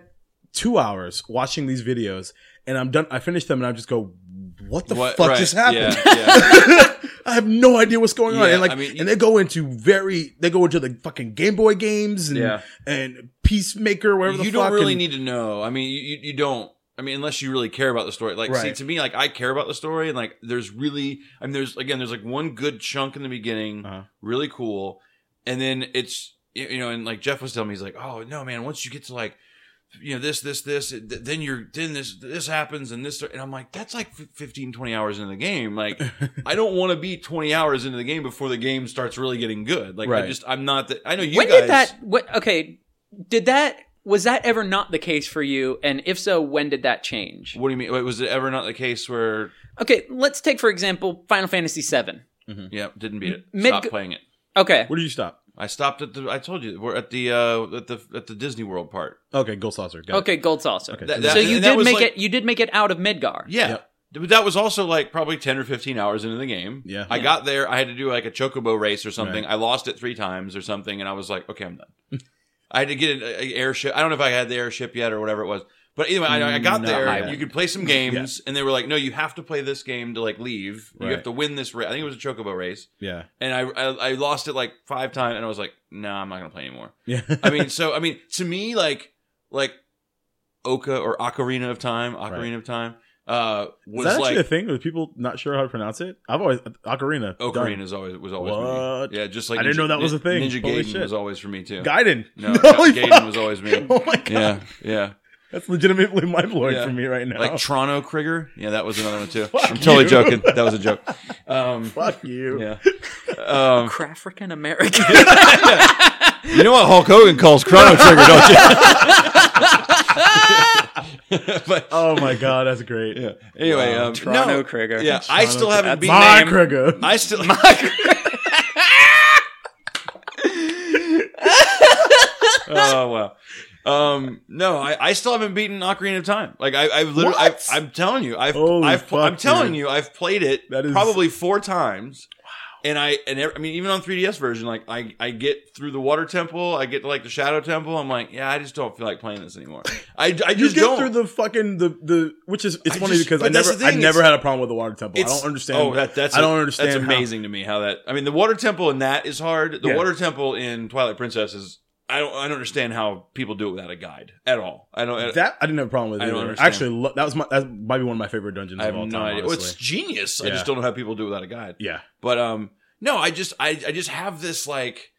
two hours watching these videos, and I'm done. I finished them, and I just go, what the
What-
fuck
right,
just happened?
yeah, yeah.
I have no idea what's going on.
Yeah,
And like,
I mean,
and they go into very, they go into the fucking Game Boy games and
Yeah.
and Peacemaker, wherever the
you
fuck.
don't really
and-
need to know. I mean, you, you- you don't. I mean, unless you really care about the story. Like, see,
Right.
to me, like I care about the story, and like there's really, I mean, there's again, there's like one good chunk in the beginning,
Uh-huh.
really cool, and then it's you you know, and like Jeff was telling me, he's like, oh no, man, once you get to like. You know this, this, this. th- Then you're then this this happens and this, and I'm like, that's like f- 15, 20 hours into the game. Like, I don't want to be 20 hours into the game before the game starts really getting good. Like, I
Right.
just I'm not. The, I know you
when
guys.
did that? What? Okay, did that? Was that ever not the case for you? And if so, when did that change?
What do you mean? Wait, was it ever not the case where
Okay, let's take for example Final Fantasy VII.
Yeah, didn't beat it.
Mid-
Stopped playing it.
Okay,
Where do you stop?
I stopped at the. I told you we're at the uh, at the at the Disney World part.
Okay, Gold Saucer. Got it.
okay, Gold Saucer.
Okay.
That-
So
so
that-
you
and that
did
was
make
like-
it. You did make it out of Midgar.
Yeah. But that was also like probably ten or fifteen hours into the game.
Yeah.
I
Yeah.
got there. I had to do like a chocobo race or something.
Right.
I lost it three times or something, and I was like, okay, I'm done. I had to get an a- a airship. I don't know if I had the airship yet or whatever it was. But anyway, I, I got
Not
there.
high
You
one.
could play some games, and they were like, "No, you have to play this game to like leave. You
Right.
have to win this race." I think it was a chocobo race,
Yeah.
and I I, I lost it like five times, and I was like, "No, I'm not gonna play anymore."
Yeah.
I mean, so I mean, to me, like like Oka or Ocarina of Time, Ocarina
Right.
of Time, uh, was
Is that actually
like
a thing with people not sure how to pronounce it? I've always Ocarina.
Ocarina is always was always
What?
me. Yeah, just like
I didn't know that was a thing.
Ninja
Holy
Gaiden
shit.
was always for me too.
Done. Gaiden.
no,
Holy
Gaiden
fuck.
was always me.
Oh my god.
Yeah, yeah.
That's legitimately mind blowing
Yeah.
for me right now.
Like Trono Krigger. Yeah, that was another one too.
Fuck
I'm totally
you.
joking. That was a joke. Um,
Fuck you.
yeah. Um,
African American.
you know what Hulk Hogan calls Chrono Trigger, don't you? but
Oh my god, that's great.
yeah. Anyway, um, no,
Krieger.
yeah, I still haven't beaten.
My
name.
Krieger.
I still. oh wow. Um, no, I, I still haven't beaten Ocarina of Time. Like I, I've literally, I,
What?
I'm telling you, I've,
Holy
I've,
fuck,
I'm telling
dude.
you, I've played it
That is-
probably four times. Wow. and I and ev- I mean even on 3DS version, like I I get through the water temple, I get to like the shadow temple. I'm like, yeah, I just don't feel like playing this anymore. I, I
You
just
get
don't.
through the fucking the the which is it's
I
funny
just-
because I
but that's
never
the
I
thing,
never
it's-
had a problem with the water temple. I
It's-
don't understand.
Oh, that, that's
I don't
a-
understand.
That's
how-
amazing to me how that. I mean, the water temple in that is hard. The
Yeah.
water temple in Twilight Princess is. I don't. I don't understand how people do it without a guide at all. I don't.
that I didn't have a problem with.
I
It
don't
either.
understand.
Actually, lo- that was my that might be one of my favorite dungeons
I have
of all
no
time.
idea. Well, it's
Honestly.
genius. I
Yeah.
just don't know how people do it without a guide.
Yeah,
But um, no, I just I I just have this like.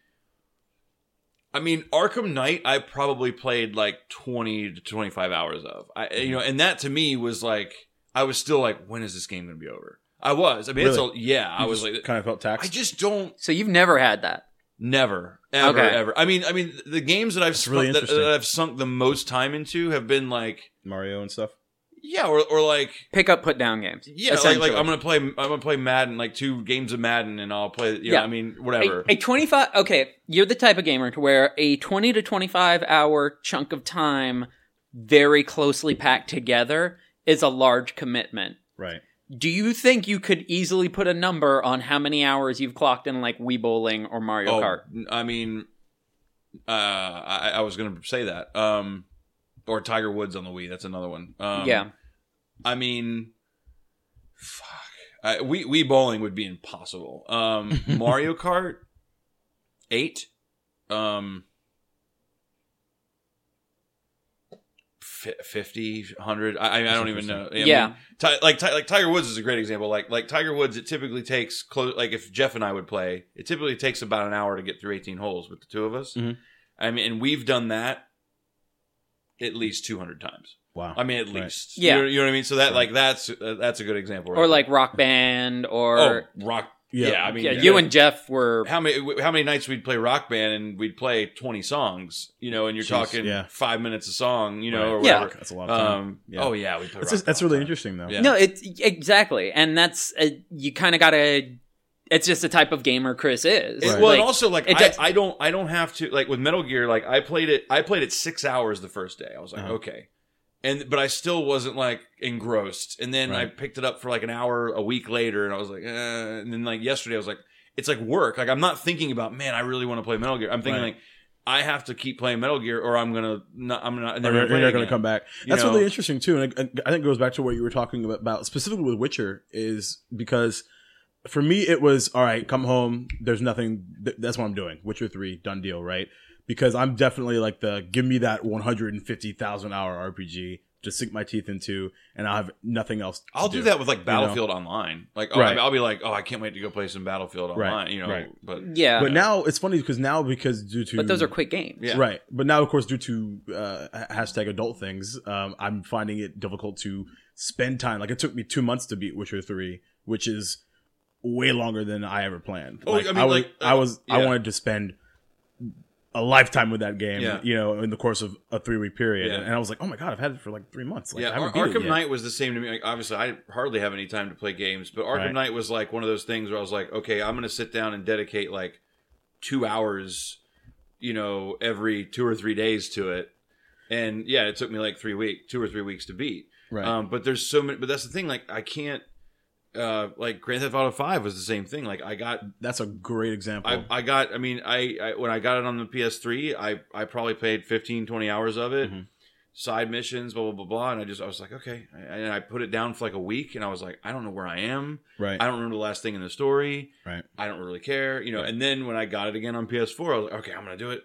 I mean, Arkham Knight, I probably played like twenty to twenty five hours of. I
Mm-hmm.
you know, and that to me was like I was still like, when is this game going to be over? I was. I mean, it's a,
Really?
yeah. I was like,
kind of felt
I
taxed.
just don't
So you've never had that.
Never, ever,
Okay.
ever. I mean, I mean, the games that I've
That's really
sunk- that,
interesting.
that I've sunk the most time into have been like,
Mario and stuff.
yeah, or, or like,
Pick up, put down games.
yeah, like, like I'm gonna play, I'm gonna play Madden, like two games of Madden, and I'll play. You yeah,
Yeah.
I mean,
a,
whatever.
a 25 okay you're the type of gamer to where a 20 to 25 hour chunk of time very closely packed together is a large commitment
Right.
do you think you could easily put a number on how many hours you've clocked in like Wii Bowling or Mario
oh,
Kart?
I mean, uh, I, I was gonna say that, um, or Tiger Woods on the Wii. That's another one. Um,
yeah.
I mean, fuck. I, we we bowling would be impossible. Um, Mario Kart eight, um, fi- 50, 100. I, I don't even know. I mean,
Yeah.
Ti- like Ti- like Tiger Woods is a great example. Like like Tiger Woods, it typically takes close. Like if Jeff and I would play, it typically takes about an hour to get through eighteen holes with the two of us.
Mhm.
I mean, and we've done that at least two hundred times.
Wow.
I mean, at
Right.
least,
Yeah.
you know, you know what I mean. So that,
Right.
like, that's uh, that's a good example, right
Or like Rock Band or
there. oh, rock. Yeah,
Yeah.
I mean,
yeah, you and Jeff were
how many w- how many nights we'd play rock band and we'd play twenty songs, you know, and you're
Jeez,
talking
yeah.
five minutes a song, you know, or
Right.
Yeah.
whatever.
That's a lot of time.
Um,
Yeah.
Oh yeah, we play.
that's
rock
just, that's
band all the
really
time.
interesting though.
Yeah.
No, it's exactly. And that's uh you kind of got to it's just the type of gamer Chris is.
It-
Right.
Well,
Like,
and also like
it
I,
does-
I don't I don't have to like with Metal Gear like I played it I played it six hours the first day I was like
Uh-huh.
okay, and but I still wasn't like engrossed and then I
Right.
picked it up for like an hour a week later and I was like eh. and then like yesterday I was like it's like work like I'm not thinking about man I really want to play Metal Gear I'm thinking
Right.
like I have to keep playing Metal Gear or I'm gonna not I'm not
They're,
never
they're
gonna
not
going
going to come back.
You
That's
know?
really interesting too, and and I think it goes back to what you were talking about, about specifically with Witcher, is because for me it was all right. Come home. There's nothing. Th- that's what I'm doing. Witcher three, done deal, right? Because I'm definitely like the give me that 150,000 hour RPG to sink my teeth into, and I will have nothing else. To
I'll do that with like Battlefield Online like oh, I
Right.
mean, I'll be like oh I can't wait to go play some Battlefield
Right.
Online you know
Right.
but
yeah.
But now it's funny because now because due to
but those are quick games.
yeah
Right. But now, of course, due to uh, ha- hashtag adult things, um, I'm finding it difficult to spend time. Like, it took me two months to beat Witcher 3, which is way longer than I ever planned.
Oh,
like,
I mean,
was,
like, uh,
I, was I
yeah.
wanted to spend a lifetime with that game,
Yeah.
you know, in the course of a three week period.
Yeah.
And I was like, oh my God, I've had it for like three months. Like, I
yeah,
haven't
Ar-
beat it
Arkham
yet.
Knight was the same to me. Like, obviously, I hardly have any time to play games, but Arkham
Right.
Knight was like one of those things where I was like, okay, I'm going to sit down and dedicate like two hours, you know, every two or three days to it. And yeah, it took me like three week, two or three weeks to beat.
Right.
Um, but there's so many. But that's the thing. Like, I can't. Uh, like Grand Theft Auto Five was the same thing. Like, I got
That's a great example.
I, I got i mean I, I when i got it on the ps3 i i probably played 15 20 hours of it
Mhm.
side missions blah blah blah blah and i just i was like okay and i put it down for like a week and i was like i don't know where i am
right.
i don't remember the last thing in the story
Right.
i don't really care you know and then when i got it again on ps4 i was like okay i'm gonna do it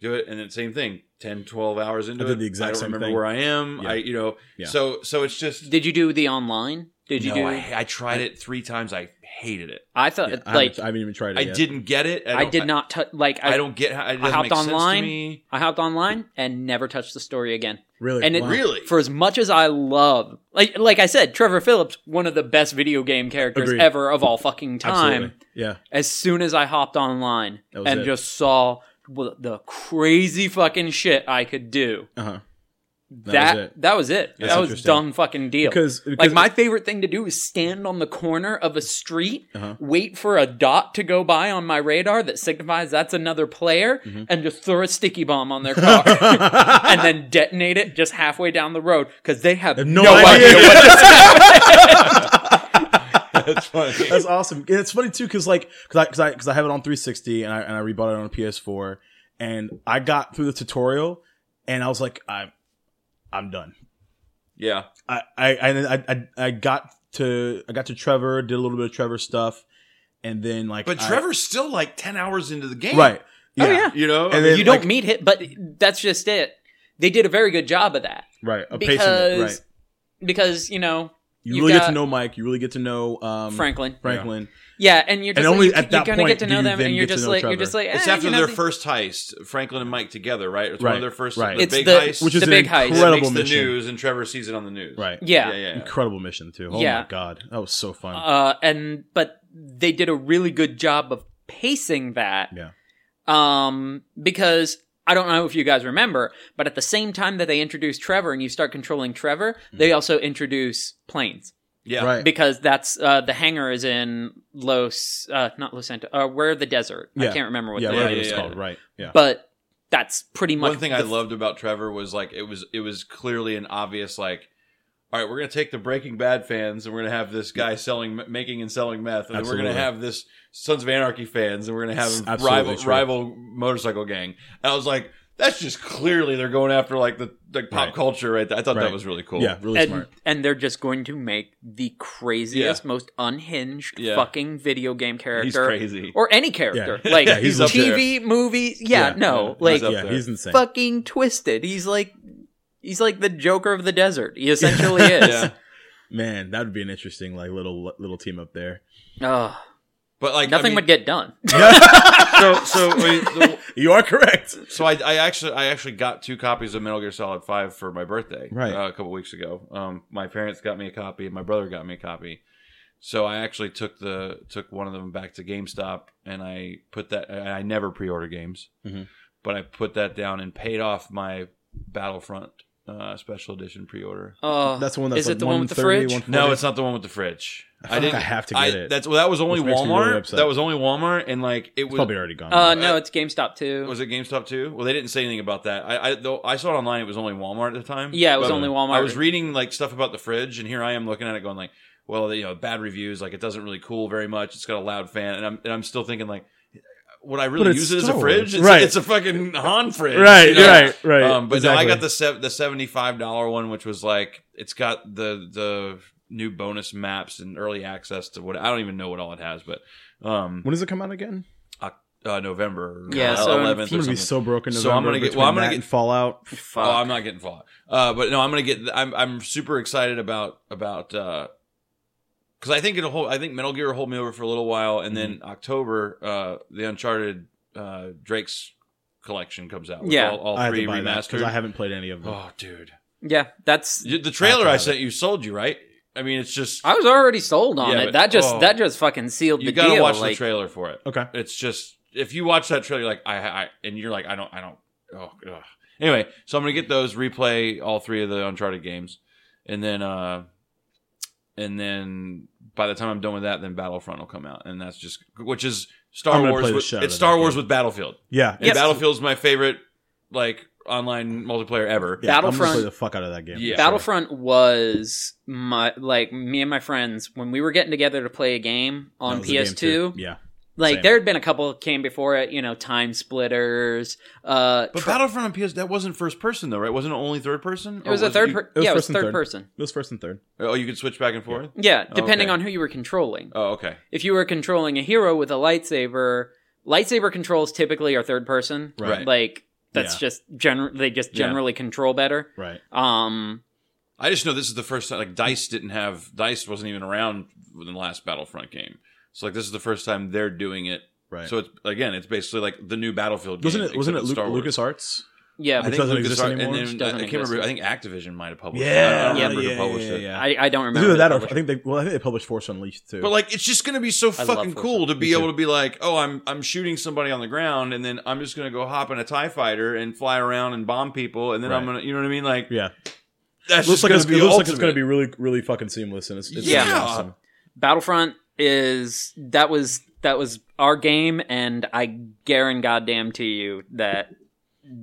do it and then same thing 10 12 hours into
I did
it
the exact
i don't
same
remember
thing.
where i am
Yeah.
i you know
Yeah.
so so it's just
Did you do the online? Did you
no,
do? I,
I, I tried it three times i hated it
thought
Yeah, I,
like
haven't, I haven't even tried it
i
yet.
didn't get it
I,
don't-
did not tou like I,
I, don't get how it doesn't
hopped
make sense to
online.
me.
I hopped online and never touched the story again.
Really?
And it
Wow.
Really?
for as much as I love like like I said, Trevor Phillips, one of the best video game characters
Agreed.
ever of all fucking time.
Absolutely. Yeah.
As soon as I hopped online
That
and
was it.
just saw w- the crazy fucking shit I could do.
Uh huh.
That that was it.
That's
that was
interesting.
dumb fucking deal.
Because-
like
because-
my favorite thing to do is stand on the corner of a street,
Uh-huh.
wait for a dot to go by on my radar that signifies that's another player,
Mm-hmm.
and just throw a sticky bomb on their car and then detonate it just halfway down the road because they have
no
no idea.
idea.
what just happened.
That's funny.
That's awesome. And it's funny too, because like, because I, because I, because I have it on 360 and I and I rebought it on PS4, and I got through the tutorial, and I was like, I'm, I'm done.
yeah.
I, I, I, I, I got to, I got to Trevor, did a little bit of Trevor stuff, and then like,
But
I-
Trevor's still like 10 hours into the game.
right? Yeah,
Oh, yeah.
You know?
And then-
you don't
like-
meet him, but that's just it. They did a very good job of that
right. A patient,
because
right?
because you know
You
you
really get
got-
to know Mike. You really get to know um,
Franklin.
Franklin.
Yeah, and you're
And
just
only
you,
at that
are gonna
point
get to
do
know
you
them,
then
and you're
get to
just
know
like
Trevor.
you're just like
It's
eh,
after
you know,
their
they-
first heist, Franklin and Mike together, right? It's one
Right,
of their first
right.
the
It's
big
the-
heist,
Which is
The
an
big heist.
that makes
incredible
the
mission,
news, and Trevor sees it on the news.
right?
Yeah.
Yeah, yeah.
Incredible mission too. Oh
Yeah.
my god, that was so fun.
Uh, and but they did a really good job of pacing that.
Yeah.
Um, because I don't know if you guys remember, but at the same time that they introduce Trevor and you start controlling Trevor, they also introduce planes
Yeah.
Mm-hmm. Right.
because that's uh the hangar is in Los uh not Los Santos uh where the desert.
Yeah.
I can't remember what
yeah,
the
whatever
yeah,
it's
yeah.
called. Right. Yeah.
but that's pretty much
One thing
the
I loved about Trevor was like it was it was clearly an obvious like, all right, we're gonna take the Breaking Bad fans and we're gonna have this guy selling, making and selling meth, and then we're
Absolutely.
gonna have this Sons of Anarchy fans, and we're gonna
It's
have a
absolutely
rival
true.
rival motorcycle gang. And I was like, that's just clearly they're going after like the like pop
Right.
culture right there. I thought
Right.
that was really cool.
Yeah, really
and,
smart.
and they're just going to make the craziest, most unhinged
Yeah.
fucking video game
he's
character
crazy.
or any character.
Yeah.
Like
Yeah, he's up
TV, movies. Yeah,
Yeah,
no,
yeah,
like
he's up
Yeah,
there.
he's insane.
fucking twisted. He's like he's like the Joker of the desert. He essentially is.
yeah,
Man, that would be an interesting like little little team up there.
Ugh.
but like I
nothing
mean,
would get done.
so so I mean, the-
You are correct.
So I, I actually I actually got two copies of Metal Gear Solid Five for my birthday,
Right.
Uh, a couple weeks ago. Um, my parents got me a copy, and my brother got me a copy. So I actually took the took one of them back to GameStop, and I put that. And I never pre order games,
Mhm.
but I put that down and paid off my Battlefront uh, special edition pre order.
Oh,
That's the one that's
is
like
it the one with the
130,
fridge?
140.
No, it's not the one with the fridge.
I, didn't, I have to get
I,
it.
That's well, that was only
Which makes me really
Walmart.
upset.
that was only Walmart, and like it
it's
was
probably already gone.
Uh, no, it's GameStop too.
Was it GameStop too? Well, they didn't say anything about that. I, I though I saw it online. It was only Walmart at the time.
Yeah, it was
But
only Walmart.
I was reading like stuff about the fridge, and here I am looking at it, going like, "Well, you know, bad reviews. Like, it doesn't really cool very much. It's got a loud fan." And I'm and I'm still thinking like, "Would I really
But it's
use it as
Star
a fridge?
Wars.
It's,
Right.
It's a fucking Han fridge,
right,
you know?
right, right.
Um, but no, I
exactly.
got the sev- the seventy five dollar one, which was like it's got the the new bonus maps and early access to what I don't even know what all it has, but um,
When does it come out again?
uh, November,
Yeah, so in a
Uh, eleventh
I'm
or
gonna
something.
be so broken.
So
November
I'm gonna get- well,
between
I'm gonna
that
get-
and Fallout.
Oh, I'm not getting Fallout. Uh, but no, I'm gonna get. I'm I'm super excited about about uh, because I think it'll hold. I think Metal Gear will hold me over for a little while, and then October, uh, the Uncharted uh Drake's collection comes out. with
Yeah.
all, all
I have
three
to buy that because
remastered.
I haven't played any of them.
oh, dude,
yeah, that's.
You- the trailer I
have
sent you sold you right. I mean, it's just
I was already sold on
Yeah,
it.
but-
that just
oh.
that just fucking sealed
you
the
gotta
deal.
watch
like,
the trailer for it.
Okay.
It's just if you watch that trailer, you're like I, I and you're like I don't, I don't. Oh, ugh. anyway, so I'm gonna get those, replay all three of the Uncharted games, and then, uh and then by the time I'm done with that, then Battlefront will come out, and that's just which is
I'm
Star
gonna
Wars.
play the
With,
shit out
it's
of
Star
that
Wars
game.
with Battlefield.
Yeah,
And Battlefield's my favorite like online multiplayer ever.
yeah, I'm gonna
Battlefront-
play the fuck out of that game.
Yeah.
Battlefront was my like me and my friends when we were getting together to play a game
That
on
was the game,
PS2.
too. Yeah,
like
Same.
there had been a couple that came before it, you know, Time Splitters. Uh,
But
tr-
Battlefront on PS that wasn't first person though, right? Wasn't oh, it only third person?
it
Or
was a third.
you-
Per-
it was
yeah, it was
first and
third,
third.
person.
it was first and third.
oh, you could switch back and forth.
Yeah, depending
Okay.
on who you were controlling.
Oh, okay.
If you were controlling a hero with a lightsaber, lightsaber controls typically are third person.
Right.
Like that's
Yeah.
just general. They just
Yeah.
generally control better.
Right.
Um,
I just know this is the first time like Dice didn't have Dice wasn't even around in the last Battlefront game. So like this is the first time they're doing it.
Right.
So it's again, it's basically like the new Battlefield game.
wasn't it? Wasn't it
except it's
Luke,
Star Wars.
LucasArts?
yeah,
I
but
think
doesn't
Lucas
exist
Ar-
anymore?
And
Which
then,
doesn't
I can't remember.
exist.
I think Activision might have published. it. I
Yeah,
don't
yeah,
remember who published it.
I, I don't
It's
remember.
either that
who
or I
published
think they well I think they published Force Unleashed too.
But like, it's just gonna be so
love
fucking
Force
cool to be
Me too.
able to be like, oh, I'm I'm shooting somebody on the ground, and then I'm just gonna go hop in a Tie Fighter and fly around and bomb people, and then I'm
Right.
gonna, you know what I mean? Like,
yeah,
that's just
looks like
gonna
it's,
be
it looks like
ultimate.
it's gonna be really really fucking seamless and it's, it's gonna be
Yeah.
awesome.
Battlefront is that was that was our game, and I guarantee goddamn to you that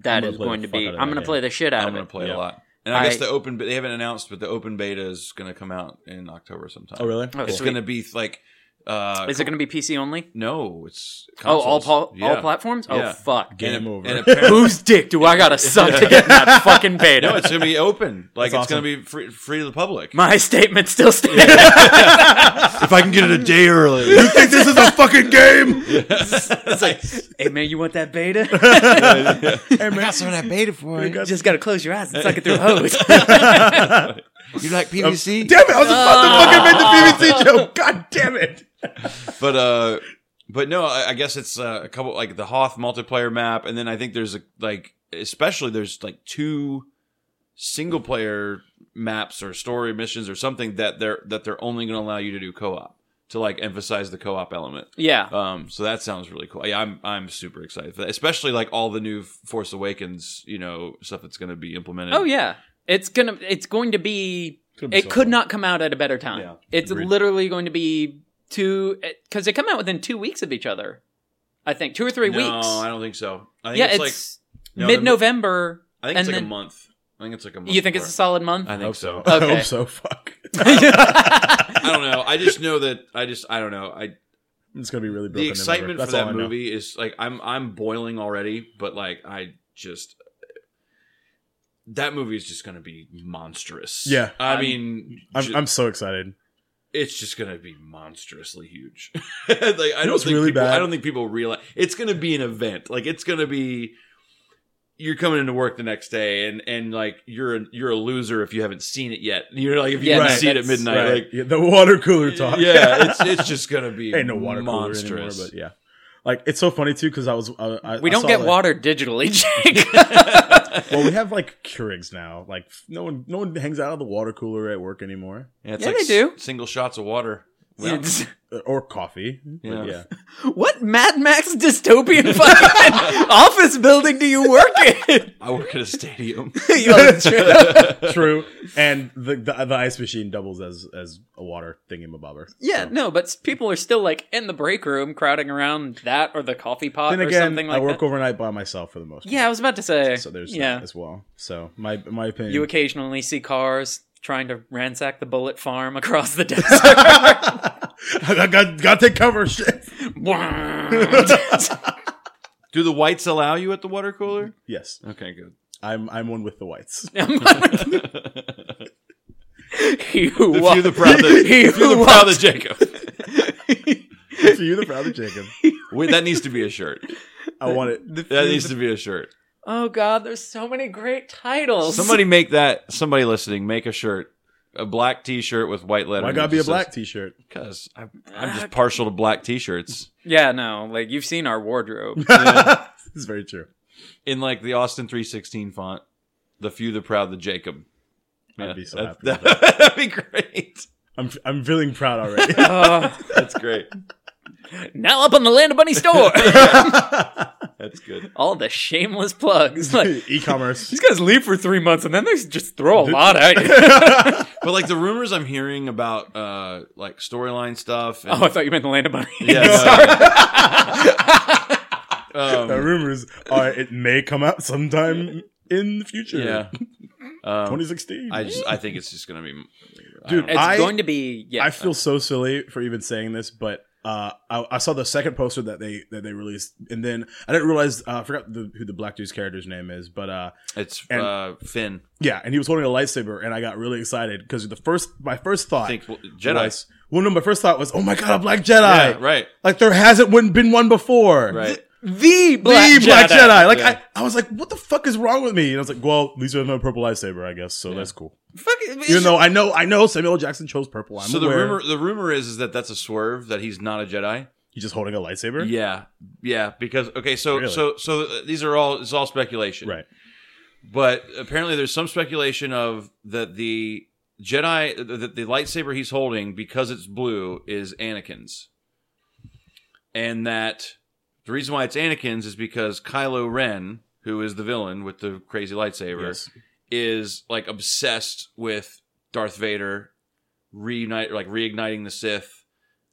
that
gonna
is
play the
going to
fuck
be.
out of
I'm
that
gonna
game.
play the shit out
I'm
of
gonna
it.
play it
Yeah.
a lot. And I, guess
I-
the open they haven't announced, but the open beta is going to come out in October sometime.
Oh, really?
Oh,
It's
sweet.
going to be like uh
Is it going to be PC only?
no, it's
Oh, all
consoles.
pol-
Yeah.
all platforms.
Yeah.
Oh fuck!
Game
and,
over.
And apparently,
Whose dick do I gotta suck to get in that fucking beta?
no, it's going to be open. Like
That's
it's going to be free, free to the public.
My statement still stands.
if I can get it a day early.
You think this is a fucking game?
it's like, hey man, you want that beta?
I got some of that beta for
you just gotta close your eyes and suck it through a hose.
You like PVC?
Damn it! I was
Ah.
about to fucking make the PVC joke. God damn it!
but uh but no I, I guess it's uh, a couple like the hoth multiplayer map and then i think there's a, like especially there's like two single player maps or story missions or something that they're that they're only going to allow you to do co-op to like emphasize the co-op element
yeah,
um so that sounds really cool yeah i'm i'm super excited for that especially like all the new force awakens you know stuff that's going to be implemented
Oh yeah, it's gonna it's going to be.
gonna be
It
so
could
fun.
not come out at a better time.
Yeah,
it's
agreed.
literally going to be two because they come out within two weeks of each other. I think two or three
no
weeks.
i don't think so i think
yeah,
it's,
it's,
like
mid-November.
i think it's
and
like a
then-
month i think it's like a month
You think it's a
apart.
solid month?
i think so
I
Okay.
hope so. Fuck.
I don't know. I just know that I just I don't know. I
It's gonna be really broken.
the excitement for
That's all I
that
know.
movie is like I'm I'm boiling already, but like I just that movie is just gonna be monstrous.
Yeah.
I
I'm-
mean,
I'm,
ju-
I'm so excited.
it's just gonna be monstrously huge. like I don't
what's
think
really
people,
bad?
I don't think people realize it's gonna be an event. Like it's gonna be you're coming into work the next day and and like you're a, you're a loser if you haven't seen it yet. You're like if you
Yeah,
haven't
no,
seen it at
that's-
midnight,
Right.
like
Yeah, the water cooler talk.
yeah, it's it's just gonna be
ain't no water cooler anymore.
monstrous.
But yeah, like it's so funny too because I was uh, I,
we
I
don't
saw,
get
like-
water digitally, Jake.
Well, we have like Keurigs now. Like no one no one hangs out of the water cooler at work anymore
Yeah, it's
Yeah,
like
they do.
s- Single shots of water.
It's-
Uh, or coffee. But,
Yeah.
yeah.
what Mad Max dystopian fucking office building do you work in?
I work at a stadium.
You are Oh, true.
True, and the, the the ice machine doubles as as a water thingamabobber.
Yeah, no, but s- people are still like in the break room, crowding around that or the coffee pot
Then
Uh, or
again,
something like
I work
that.
overnight by myself for the most. part.
yeah, I was about to say.
so there's
yeah.
that as well. So my my opinion.
You occasionally see cars trying to ransack the bullet farm across the desert.
I got got to take cover. Shit.
do the whites allow you at the water cooler?
Yes,
Okay, good.
I'm I'm one with the whites.
you
The
wa-
few the proud, the,
you
few the proud, the Jacob.
For you, the proud Jacob.
Wait, that needs to be a shirt.
I want it.
That needs to be a shirt.
Oh God, there's so many great titles.
Somebody make that. Somebody listening, make a shirt. A black T-shirt with white lettering.
Why gotta be a black T-shirt?
Because I'm, I'm
Uh,
just partial to black T-shirts.
Yeah, no, like you've seen our wardrobe.
It's very true.
in like the Austin 316 font. The few, the proud, the Jacob.
I'd be so
that-
happy. with
that-
that.
that'd be great.
I'm I'm feeling proud already.
Uh,
That's great.
now up on the Land of Bunny store.
That's good.
All the shameless plugs. Like
E-commerce.
these guys leave for three months and then they just throw a lot at you.
But like the rumors I'm hearing about uh like storyline stuff. And,
Oh, I thought you meant the Land of Bunny.
yeah, no, um,
The uh, rumors are it may come out sometime in the future.
yeah. Um,
2016.
I just I think it's just gonna be I don't
Dude,
know.
It's
I-
going to be. Yeah,
I feel so silly for even saying this, but uh, I, I saw the second poster that they that they released, and then I didn't realize uh, I forgot the, who the black dude's character's name is, but uh,
it's
and-
uh, Finn.
yeah, and he was holding a lightsaber, and I got really excited because the first my first thought
I think well, Jedi.
was well, no, my first thought was, oh my god, a black Jedi,
Yeah, right,
like there hasn't wouldn't been one before,
right.
the
The
Black Jedi.
Black Jedi. Like
Yeah.
I, I was like, what the fuck is wrong with me? And I was like, well, at least I have no purple lightsaber, I guess, so that's cool.
Fuck, it's
Even though I know, I know Samuel L. Jackson chose purple. I'm
so the
aware.
rumor the rumor is is that that's a swerve that he's not a Jedi.
he's just holding a lightsaber,
Yeah, yeah. Because okay, so
Really?
so so these are all it's all speculation,
right?
But apparently, there's some speculation of that the Jedi, the, the lightsaber he's holding, because it's blue, is Anakin's, and that the reason why it's Anakin's is because Kylo Ren, who is the villain with the crazy lightsaber,
Yes.
is like obsessed with Darth Vader, reunite like reigniting the Sith,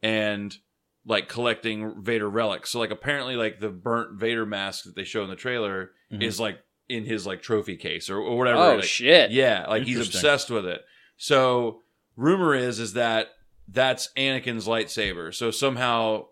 and like collecting Vader relics. So like apparently like the burnt Vader mask that they show in the trailer
Mhm.
is like in his like trophy case or, or whatever.
Mm-hmm. Oh
like-
shit!
Yeah, like he's
Interesting.
obsessed with it. So rumor is is that that's Anakin's lightsaber. So somehow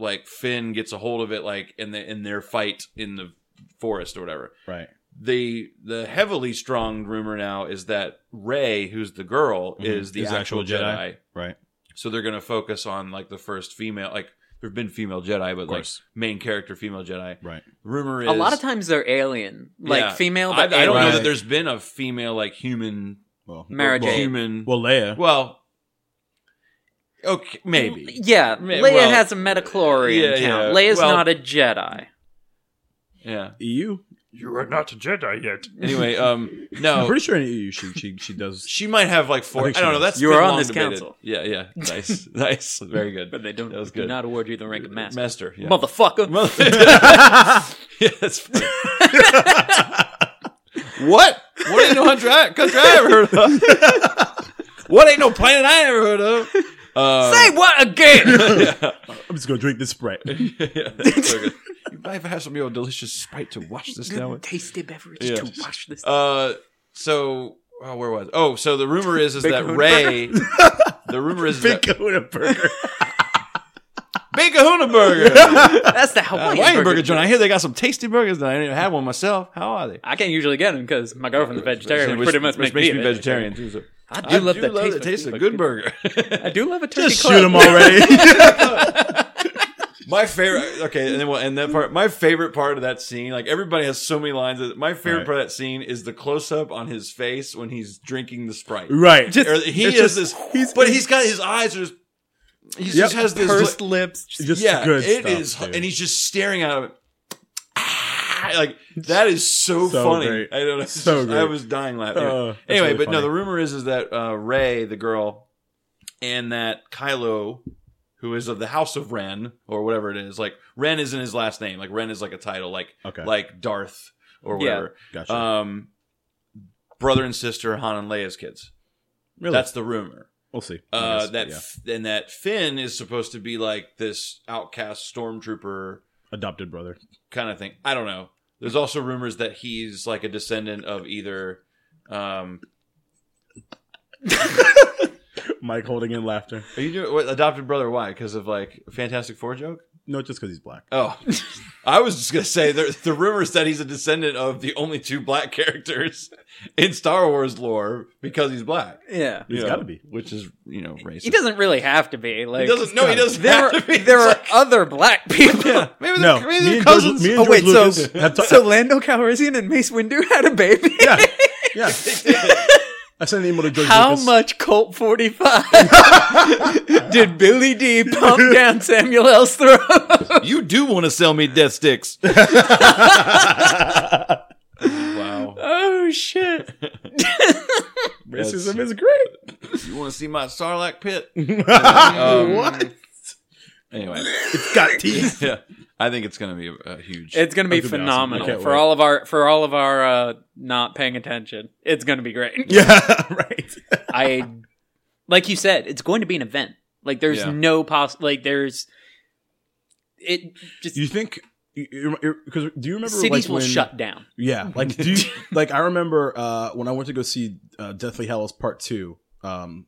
like Finn gets a hold of it like in the in their fight in the forest or whatever.
Right.
The the heavily strong rumor now is that Rey, who's the girl,
Mhm.
is the
Is the
actual,
actual Jedi.
Jedi.
Right.
So they're gonna focus on like the first female like there've been female Jedi, but like
course.
main character female Jedi.
Right.
Rumor is
A lot of times they're alien, like
Yeah.
female.
I, I
But
don't know
alien.
that there's been a female like human
Well,
Mara
well,
Jade.
human
well, Leia.
well, okay, maybe.
Yeah,
Ma-
Leia
well,
has a metachlorian
yeah,
count.
yeah.
Leia's
Well-
not a Jedi.
Yeah.
EU.
You are not a Jedi yet.
Anyway, um,
I'm
no,
pretty sure in EU she she she does.
she might have like four.
I
I,
think she
don't know.
does.
That's
You
been
are on
long
this
debated.
council.
Yeah, yeah. Nice, nice, very good.
But they don't
That was
do
good.
not award you the rank of master.
Master, yeah.
Motherfucker.
Mother- yeah, that's funny. what? What ain't no country I, country I ever heard of? what ain't no planet I ever heard of? Uh,
Say what again?
yeah.
I'm just gonna drink this Sprite.
yeah, that's so good. You might have had some of your delicious sprite to wash this down with.
Tasty beverage
Yeah.
to wash this.
Uh, so oh, where was? Oh, so the rumor is is
Big
that
Kahuna
Ray. the rumor is that
Big Kahuna burger.
Big Kahuna Burger,
That's the Hawaiian,
Uh, Hawaiian
burger.
Burger Joint. I hear they got some tasty burgers. That I didn't even have one myself. How are they?
I can't usually get them because my girlfriend's a vegetarian, which, pretty much
which
makes
me
me a
vegetarian. too, so-
I do
I
love the taste.
the
of
taste of
food,
a good
but-
burger.
I do love a turkey
Just
club.
shoot him already.
My favorite. Okay, and then we'll end that part. My favorite part of that scene, like everybody has so many lines. Of, my favorite
Right.
part of that scene is the close up on his face when he's drinking the sprite.
right.
Just-
Or he
It's
is
just-
this,
he's-
but he's got his eyes are just. He
Yep.
just has this
Pursed lips. just-
just
yeah,
good
it
stuff,
is,
dude.
and he's just staring at him. Ah, Like that is so,
So
funny.
great.
I don't know. it's
So
just-
great.
I was dying laughing.
Uh, that's
anyway,
really
but no,
funny.
the rumor is is that uh, Ray, the girl, and that Kylo, who is of the House of Ren or whatever it is, like Ren isn't his last name. Like Ren is like a title, like
Okay.
like Darth or
Yeah.
whatever.
gotcha.
Um, brother and sister, Han and Leia's kids.
really?
That's the rumor.
we'll see. I
Uh,
guess,
that
yeah.
f and that Finn is supposed to be like this outcast stormtrooper
adopted brother.
kind of thing. I don't know. There's also rumors that he's like a descendant of either. Um,
Mike holding in laughter.
are you doing what, adopted brother? Why? Because of like Fantastic Four joke?
No, just because he's black.
Oh, I was just gonna say there, the rumors that he's a descendant of the only two black characters in Star Wars lore because he's black.
Yeah.
He's
You know,
got to be.
which is you know racist.
He doesn't really have to be. Like
He doesn't. No, he doesn't.
There
have
are
to be.
there
It's
are
like-
other black people.
Yeah, maybe
No,
they're, maybe
me
they're
and George-
cousins.
me and
oh wait,
George
so
Lucas have ta-
so Lando Calrissian and Mace Windu had a baby.
Yeah, yeah. I sent an email to George
How
Lucas.
much Colt 45 did Billy D pump down Samuel L's throat?
you do want to sell me death sticks? wow.
oh shit!
Racism is great.
You want to see my Sarlacc pit?
what?
Anyway,
It's got teeth.
yeah, I think it's going to be a, a huge.
It's gonna be
That's gonna be awesome.
phenomenal
I can't
for
wait.
all of our for all of our uh, not paying attention. It's gonna be great.
yeah, right.
I like you said, it's going to be an event. Like there's
Yeah.
no poss like there's it just
You think? Because do you remember
cities
like
will
when?
shut down.
Yeah, like do you, like I remember uh, when I went to go see uh, Deathly Hallows Part Two. Um,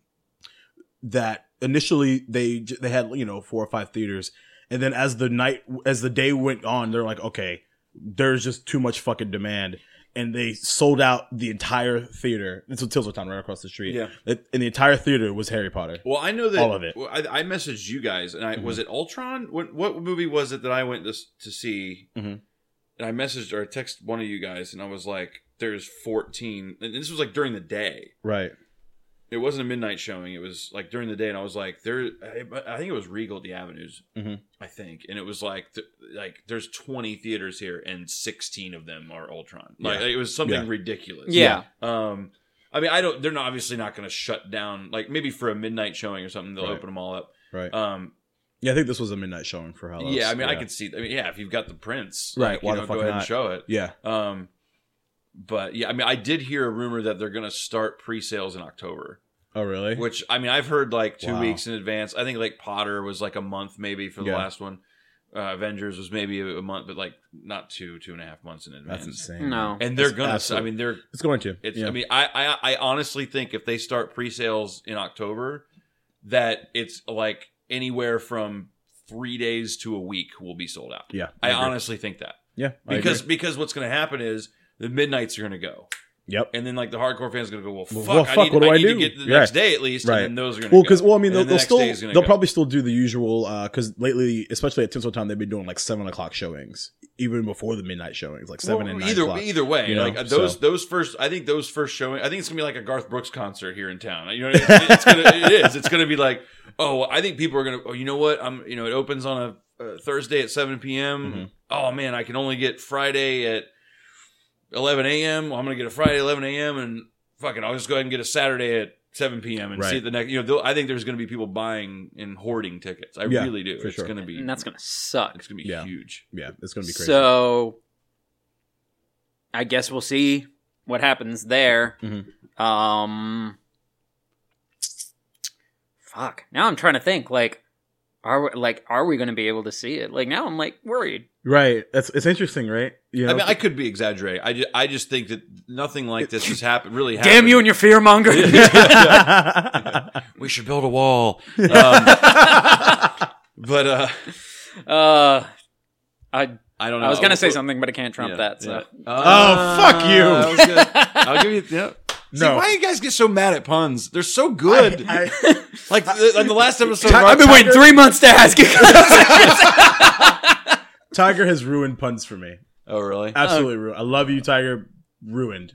that initially they j- they had you know four or five theaters, and then as the night as the day went on, they're like, okay, there's just too much fucking demand, and they sold out the entire theater. It's a Tinseltown right across the street.
Yeah.
It- and the entire theater was Harry Potter.
well, I know that
all of it. Mm-hmm.
well, I, I messaged you guys, and I was it Ultron. What, what movie was it that I went to s- to see?
Mhm.
And I messaged or I texted one of you guys, and I was like, "There's 14." And this was like during the day.
Right.
it wasn't a midnight showing. It was like during the day, and I was like, there. I, I think it was Regal at the Avenues.
Mhm.
I think, and it was like, th- like there's 20 theaters here, and 16 of them are Ultron. Like
Yeah.
it was something
Yeah.
ridiculous.
Yeah.
Um, I mean, I don't. They're not obviously not going to shut down. Like maybe for a midnight showing or something, they'll
Right.
open them all up.
Right.
Um,
Uh, yeah, I think this was a midnight showing for Hallows.
yeah. I mean, I could see. I mean, yeah. If you've got the prints,
Right,
Like,
why
you
the
know,
fuck
go ahead and
not?
show it.
Yeah.
Um, but yeah, I mean, I did hear a rumor that they're going to start pre-sales in October.
Oh, really?
Which I mean, I've heard like two
Wow.
weeks in advance. I think like Potter was like a month maybe for the
Yeah.
last one. uh, Avengers was maybe a, a month, but like not two, two and a half months in advance.
That's insane.
No.
And they're
That's
gonna.
absolute-
I mean, they're.
It's going to.
It's.
yeah.
I mean, I, I I honestly think if they start pre-sales in October, that it's like anywhere from three days to a week will be sold out.
yeah.
I,
agree.
honestly think that
Yeah. I agree.
because because what's going to happen is the midnights are going to go,
Yep.
and then like the hardcore fans going to go, well, fuck,
well,
I
fuck,
need,
what do
I
I
need to
do?
get to the
Right.
next day at least,
Right.
and then those are going to
Well,
go.
because well, I mean,
And
they'll,
then the
they'll
next
still
day is gonna
they'll
go.
probably still do the usual because lately, especially at Tinsel Town, they've been doing like seven o'clock showings, even before the midnight showings, like seven
Well,
and nine
either
o'clock.
either way,
you know,
like uh, those
so.
those first, I think those first showing, I think it's gonna be like a Garth Brooks concert here in town. You know, what I mean? it's gonna, it is. It's gonna be like, oh, I think people are gonna, oh, you know what? I'm, you know, it opens on a uh, Thursday at 7 p.m.
Mhm.
Oh man, I can only get Friday at 11 a.m. Well, I'm gonna get a Friday at 11 a.m. and fucking, I'll just go ahead and get a Saturday at 7 p.m. and
Right.
see it the next. You know, they'll- I think there's gonna be people buying and hoarding tickets. I
Yeah,
really do.
for
It's
sure.
gonna be,
and that's gonna suck.
it's gonna be
Yeah.
huge.
yeah, it's gonna be crazy.
So I guess we'll see what happens there.
Mm-hmm.
Um fuck. Now I'm trying to think like are we, like are we going to be able to see it? Like now I'm like worried.
right, that's it's interesting, right? You know,
I mean, I could be exaggerating. I just, I just think that nothing like this has happened. Really, happened.
Damn you and your fear monger.
we should build a wall. Um, but uh,
uh I
I don't know.
I was going to say something but I can't trump
Yeah,
that. So
yeah.
Oh, fuck you.
that was good. I'll give you. Yeah. See,
No.
why you guys get so mad at puns? They're so good.
I-
like the, on the last episode, of
I've been
Rock
waiting
Tiger-
3 months to ask you.
Tiger has ruined puns for me.
Oh, really?
Absolutely ruined. I love you, Tiger. Ruined.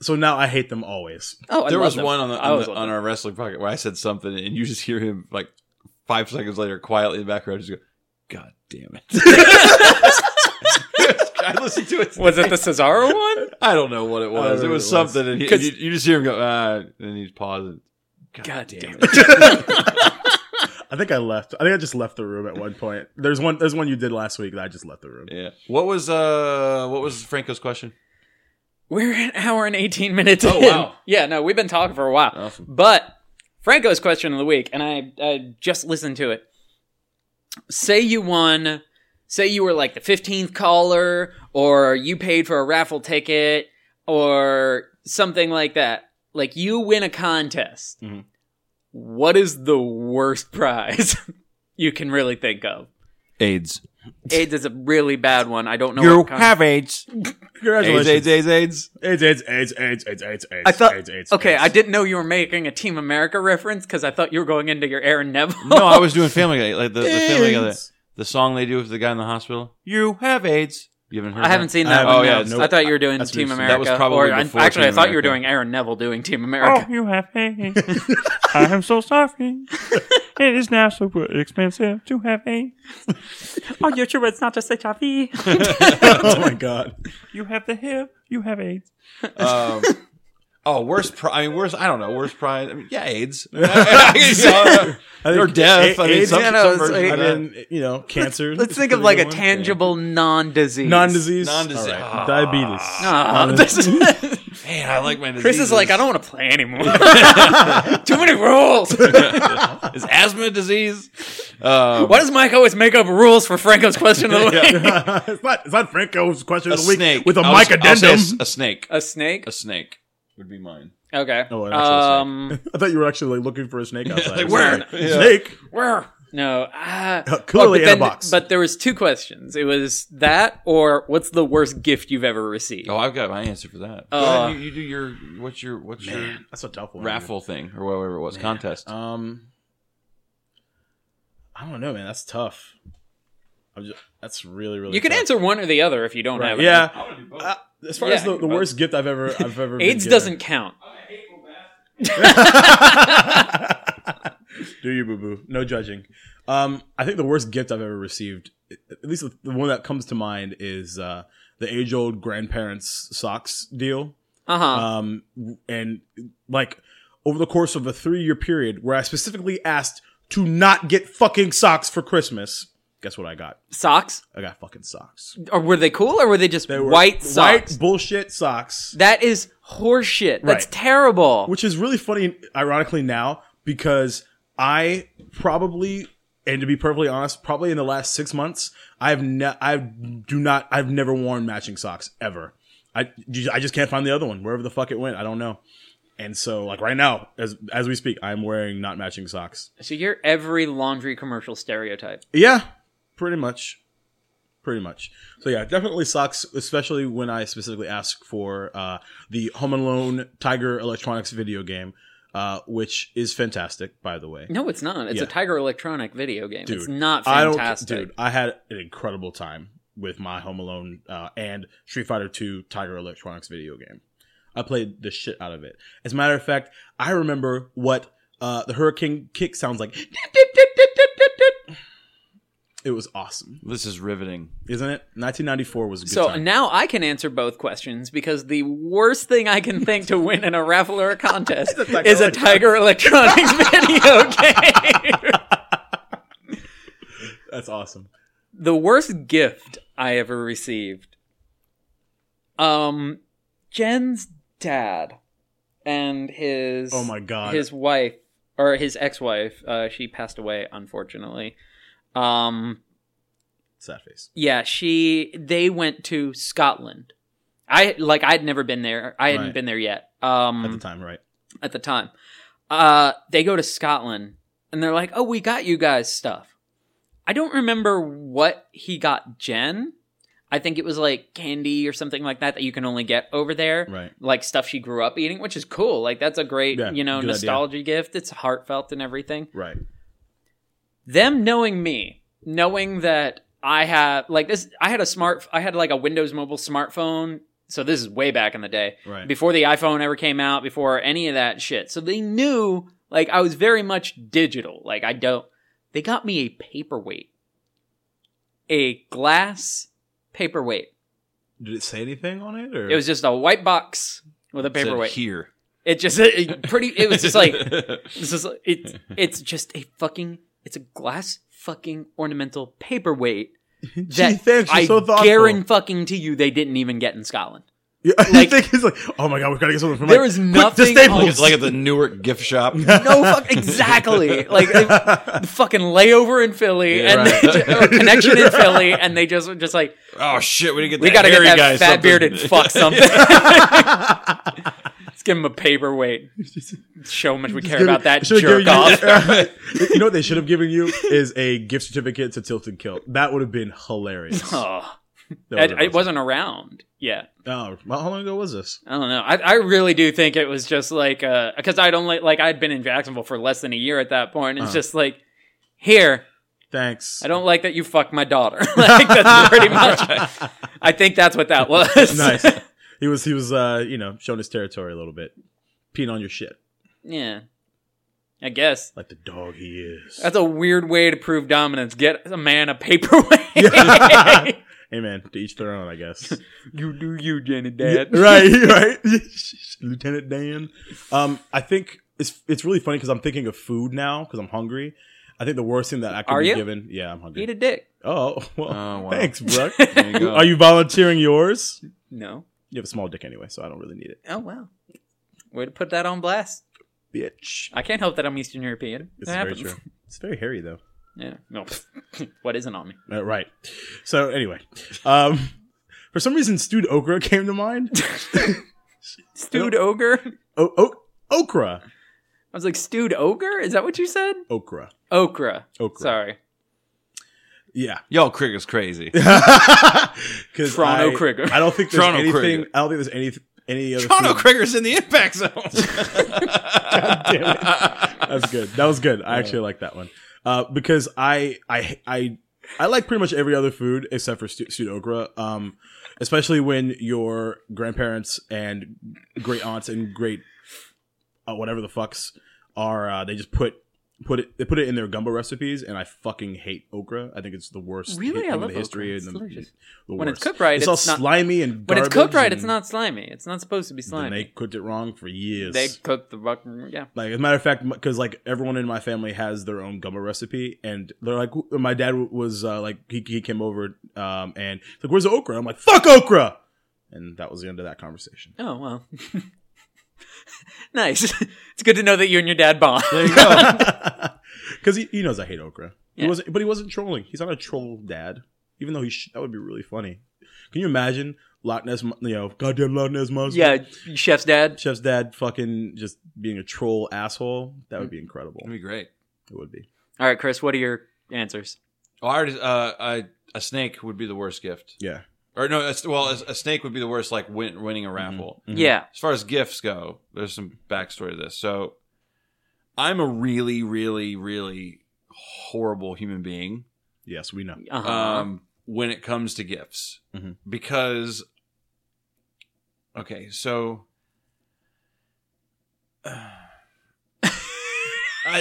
So now I hate them always.
oh, I
there
love
was
them.
one on the,
I
on,
always
the,
love
on our wrestling pocket where I said something, and you just hear him like five seconds later, quietly in the background, just go, "God damn it." I listened to it.
Was it the Cesaro one?
I don't know what it
I don't
was.
know
It
what
was
it was.
something, and, he,
'Cause-
and you, you just hear him go, "Ah," and then he's pausing.
God, damn it.
I think I left. I think I just left the room at one point. There's one. There's one you did last week that I just left the room.
Yeah. What was uh? What was Franco's question?
We're an hour and 18 minutes
Oh,
in.
wow. Oh,
Yeah, no, we've been talking for a while.
Awesome.
But Franco's question of the week, and I, I just listened to it. Say you won, say you were like the 15th caller, or you paid for a raffle ticket, or something like that. Like you win a contest.
Mm-hmm.
Mhm.
What is the worst prize you can really think of?
AIDS.
AIDS is a really bad one. I don't know.
You
what con-
have AIDS. AIDS.
Congratulations.
AIDS. AIDS. AIDS.
AIDS, AIDS, AIDS, AIDS, AIDS, AIDS, AIDS.
I thought.
AIDS, AIDS,
okay,
AIDS.
I didn't know you were making a Team America reference because I thought you were going into your Aaron Neville.
No, I was doing Family Guy, like the, the Family Guy, the, the song they do with the guy in the hospital. You have AIDS. You haven't heard.
I haven't seen
I
that
haven't,
one.
no,
no.
nope.
I thought you were doing
That's
Team
recent.
America.
That was probably
or, I-
before
actually, I
Team
thought you were
America.
doing Aaron Neville doing Team America.
Oh, you have AIDS. I am so sorry. It is now super expensive to have AIDS.
Oh, you're sure it's not just HIV. you
oh my god.
have the HIV, you have AIDS.
Um, oh, worst. Pri- I mean, worst. I don't know. Worst pride. I mean, yeah, AIDS. I
I
Or death. I mean,
AIDS,
some-
yeah,
some
it's
version
like-
of
I mean, you know, cancer.
Let's
It's
think
a
of like a
good one.
tangible non-disease.
non-disease,
Non-disease.
All right.
Ah.
diabetes.
Ah, this is-
Man, I like my.
Chris is
diseases.
like, I don't want to play anymore. Too many rules.
Is asthma a disease? Um,
Why does Mike always make up rules for Franco's question of the week?
it's not. It's not Franco's question
a
of the week
snake
with a
I'll
mic
s- I'll say a
addendum.
s- A snake.
A snake?
A snake would be mine.
Okay.
Oh, an actual
um,
I thought you were actually like looking for a snake outside.
Like, where? Yeah.
Snake.
Um, Where? No. ah.
Uh, clearly
but
in a
then-
box.
But there was two questions. It was that or what's the worst gift you've ever received?
Oh, I've got my answer for that. Go
Uh,
ahead, you, you do your what's your what's
That's a tough one.
your raffle thing or whatever it was contest.
Um, I don't know, man. That's tough. I'm just, that's really, really.
You can
tough.
answer one or the other if you don't have
Right.
it.
Yeah. Uh, as far
Yeah,
as the, the worst gift I've ever, I've ever. been
AIDS
given.
doesn't count.
Do you, boo boo? No judging. Um, I think the worst gift I've ever received, at least the one that comes to mind, is uh, the age old grandparents' socks deal.
Uh huh.
Um, and like over the course of a three year period where I specifically asked to not get fucking socks for Christmas, guess what I got?
socks?
I got fucking socks.
Or were they cool or were they just
They were
white socks?
White bullshit socks.
that is horseshit. That's
Right.
terrible.
which is really funny, ironically now because I probably and to be perfectly honest, probably in the last six months, I've ne- I do not I've never worn matching socks ever. I you- I just can't find the other one wherever the fuck it went. I don't know. And so like right now, as as we speak, I'm wearing not matching socks.
So you're every laundry commercial stereotype.
Yeah, pretty much, pretty much. So yeah, definitely socks, especially when I specifically ask for uh, the Home Alone Tiger Electronics video game, uh, which is fantastic, by the way.
No, it's not. It's
Yeah.
a Tiger Electronic video game.
Dude,
it's not
I don't-
fantastic.
dude, I had an incredible time with my Home Alone uh, and Street Fighter Two Tiger Electronics video game. I played the shit out of it. As a matter of fact, I remember what uh, the Hurricane kick sounds like. It was awesome,
This is riveting.
isn't it? 1994 was a good
so
time.
now I can answer both questions because the worst thing I can think to win in a raffle or a contest
Tiger
is a Tiger Electronics video game.
That's awesome.
the worst gift I ever received. Um, Jen's dad and his
Oh my god.
his wife or his ex-wife. Uh, she passed away unfortunately. Um,
Sad face.
Yeah, she they went to Scotland. I like I'd never been there. I hadn't
Right.
been there yet. Um
At the time, right?
at the time. Uh they go to Scotland and they're like, "Oh, we got you guys stuff." I don't remember what he got Jen. I think it was like candy or something like that that you can only get over there.
Right.
Like stuff she grew up eating, which is cool. Like that's a great,
Yeah,
you know,
good idea.
nostalgia gift. It's heartfelt and everything
Right.
them knowing me, knowing that I have like this, I had a smart, I had like a Windows Mobile smartphone. So this is way back in the day,
Right.
before the iPhone ever came out, before any of that shit. So they knew like I was very much digital. Like I don't. They got me a paperweight, a glass paperweight.
Did it say anything on it? Or
It was just a white box with a
It said
paperweight.
here.
It just it pretty. It was just like this is it's it's just a fucking it's a glass fucking ornamental paperweight that
thanks, you're
I
so thoughtful.
guarantee fucking to you they didn't even get in Scotland.
Yeah, I
like-
think he's like, oh my god, we've got to get something from
There
like,
is
quick,
nothing
The staples.
Like it's like at the Newark gift shop.
No fuck exactly like they- the fucking layover in Philly
Yeah,
and
right.
they ju- or connection in Philly and they just were just like
Oh shit, we didn't get
we
that
gotta get that
hairy guy
fat
something.
bearded fuck something. Let's give him a paperweight. Show him much we care about that
Should've given
jerk off.
Oh,
You, you know what they should have given you is a gift certificate to Tilted Kilt. That would have been hilarious.
Oh,
That
I,
would've
I
been
wasn't around. Yeah.
awesome. Oh, well, how long ago was this?
I don't know. I, I really do think it was just like because I'd only like I'd been in Jacksonville for less than a year at that point. And it's
Uh-huh.
just like here,
Thanks.
I don't like that you fucked my daughter. like that's pretty much. I think that's what that was.
nice. He was he was uh you know showing his territory a little bit, peeing on your shit
yeah, I guess
like the dog he is.
that's a weird way to prove dominance. Get a man a paperweight.
Yeah. hey man, to each their own, I guess.
you do you, Jenny Dad.
Yeah, right, right. Lieutenant Dan. Um, I think it's it's really funny because I'm thinking of food now because I'm hungry. I think the worst thing that I could
Are
be
you?
given. Yeah, I'm hungry.
Eat a dick.
Oh, well,
Oh, wow.
thanks, Brooke.
There you go.
Are you volunteering yours?
No.
You have a small dick anyway, so I don't really need it.
Oh wow. Way to put that on blast.
Bitch.
I can't help that I'm Eastern European.
It's
It
very
happens.
true. It's very hairy, though.
Yeah. No. what isn't on me?
Uh, right. So, anyway, um, for some reason, stewed okra came to mind.
Stewed ogre.
O- o- okra.
I was like, stewed ogre? Is that what you said?
Okra.
Okra.
Okra.
Sorry.
Yeah.
Y'all cricket's crazy.
Because
Toronto
I,
Krieger.
I don't think there's
Toronto
anything.
Krieger.
I don't think there's any any other.
Toronto
food-
cricket's in the impact zone.
That's good. That was good. I actually like that one uh, because I I I I like pretty much every other food except for stu- stewed okra. Um, especially when your grandparents and great aunts and great uh, whatever the fucks are uh, they just put put it they put it in their gumbo recipes and I fucking hate okra. I think it's the worst.
Really?
thing
I
in
love
the history
okra. It's
and the,
delicious.
the
When it's
worst.
cooked right,
it's, all
it's not-
slimy and
When it's cooked
garbage
right, it's
and-
not slimy. It's not supposed to be
And they
slimy.
cooked it wrong for years.
They cook the buck. Yeah.
Like as a matter of fact, because like everyone in my family has their own gumbo recipe, and they're like, w- my dad w- was uh, like, he, he came over, um, and he's like, where's the okra? I'm like, fuck okra, and that was the end of that conversation.
Oh, well. nice. it's good to know that you and your dad bond.
There you go. Because he, he knows I hate okra.
Yeah.
He wasn't, but he wasn't trolling. He's not a troll dad, even though he sh- that would be really funny. Can you imagine Loch Ness, Mon- you know, goddamn Loch Ness monster?
Yeah, chef's dad.
Chef's dad fucking just being a troll asshole. That
Mm.
would be incredible.
That'd be great.
It would be.
All right, Chris, what are your answers?
Oh, I already, uh, I, a snake would be the worst gift.
Yeah.
Or no, a, well, a, a snake would be the worst, like win, winning a raffle.
Mhm.
Yeah.
as far as gifts go, there's some backstory to this. So I'm a really, really, really horrible human being
Yes, we know.
Uh-huh.
um, when it comes to gifts
Mhm.
because, okay, so. I,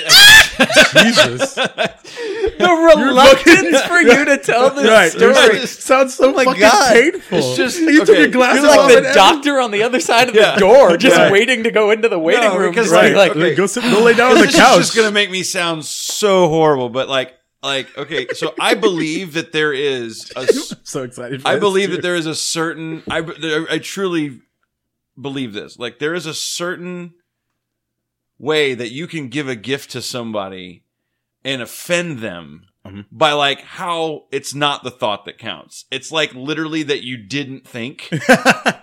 I-
Jesus.
the reluctance for you to tell this
right.
story.
Oh
You're
It sounds so
my
fucking
God.
painful.
It's just-
you took
okay.
your glasses
You're like
off
the
and everything.
doctor on the other side of
Yeah.
the door, just
Right.
waiting to go into the waiting
No,
room.
because,
Just like,
like-
like,
okay.
Go sit. Go lay down on the
this
couch.
is just gonna make me sound so horrible, but like, like, okay, so I believe that there is a s-
so excited. For
I
this,
believe
too.
that there is a certain I there, I truly believe this. Like there is a certain way that you can give a gift to somebody and offend them
Mhm.
by like how it's not the thought that counts. It's like literally that you didn't think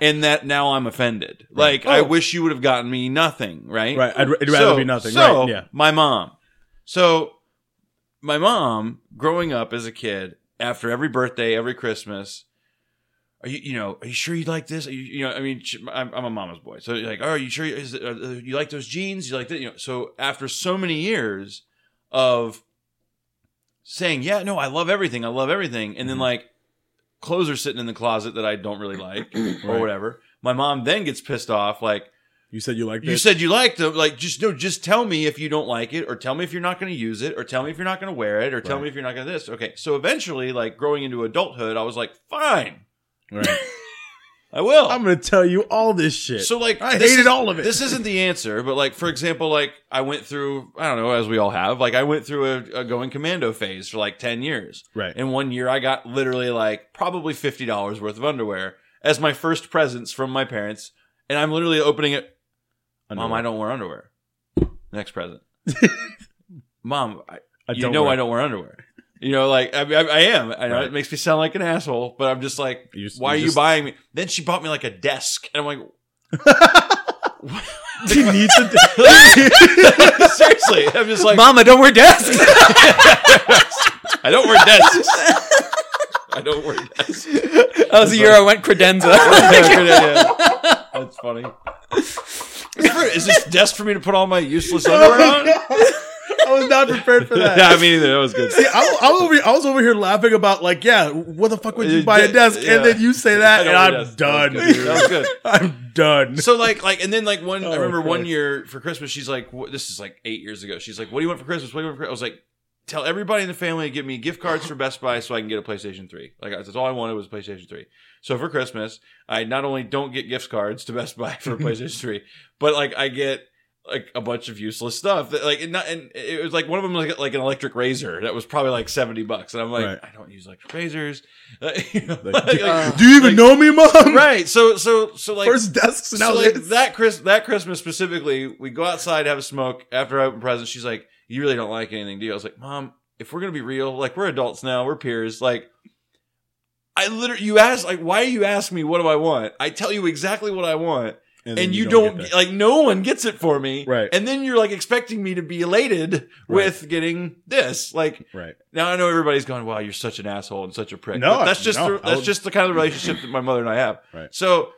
and that now I'm offended. Like I wish you would have gotten me nothing, right?
right. I'd, it'd rather
So-
be nothing.
So
right. Yeah.
my mom. So my mom, growing up as a kid, after every birthday, every Christmas, are you you know are you sure you like this? Are you, you know, I mean, she- I'm, I'm a mama's boy, so you're like, oh, are you sure you- is it, uh, uh, you like those jeans? You like that? You know, so after so many years of saying, yeah, no, I love everything, I love everything,
Mm-hmm.
and then like clothes are sitting in the closet that I don't really like or
Right.
whatever. My mom then gets pissed off, like,
You said you like this.
you said you liked them. Like, just no, just tell me if you don't like it, or tell me if you're not going to use it, or tell me if you're not going to wear it, or tell
Right.
me if you're not going to this. Okay. So eventually, like growing into adulthood, I was like, fine,
Right.
I will.
I'm gonna tell you all this shit.
so like,
I
this
hated
is-
all of it.
This isn't the answer, but like for example, like I went through, I don't know, as we all have, like I went through a, a going commando phase for like ten years.
right.
In one year, I got literally like probably fifty dollars worth of underwear as my first presents from my parents, and I'm literally opening it Mom, I don't wear underwear. Next present. Mom, I,
I
you know
wear-
I don't wear underwear. You know, like I, I, I am. I know
Right.
it makes me sound like an asshole, but I'm just like,
You just-
why
you
are you
just-
buying me? Then she bought me like a desk, and I'm like,
He needs a.
seriously, I'm just like,
Mama, don't wear desks.
I don't wear desks. I don't wear desks.
that was the year I went credenza.
That's funny. Is, for, is this desk for me to put all my useless underwear on?
I was not prepared for that.
yeah, I mean, either. that was good.
See, I, I, was over, I was over here laughing about like, yeah, what the fuck would you buy a desk?
Uh, Yeah.
And then you say that,
I don't
and I'm
wear desks.
done.
That was good. That was good.
I'm done.
so like like and then like one
Oh,
I remember one
Christ.
year for Christmas she's like wh- this is like eight years ago she's like what do you want for Christmas what do you want for Chri-" I was like tell everybody in the family to give me gift cards for Best Buy so I can get a PlayStation Three like that's all I wanted was a PlayStation Three so for Christmas I not only don't get gift cards to Best Buy for a PlayStation Three but like I get like a bunch of useless stuff that like and, not, and it was like one of them was like, like an electric razor that was probably like seventy bucks and I'm like
Right.
I don't use electric razors you know,
Like,
like- uh, like-
Do you even know me, mom?
right so so so like
First desks, now
so like
this.
that Chris that Christmas specifically, we go outside have a smoke after I open presents. She's like, "You really don't like anything, do you?" I was like, "Mom, if we're gonna be real, like we're adults now, we're peers. Like, I literally you ask like, why you ask me what do I want? I tell you exactly what I want, and,
then
you, don't,
get that.
like no one gets it for me,
Right.
And then you're like expecting me to be elated with getting this, like
right.
now I know everybody's going, "Wow, you're such an asshole and such a prick."
No,
But that's just
no,
the,
I
that's
would-
just the kind of relationship that my mother and I have.
Right.
So,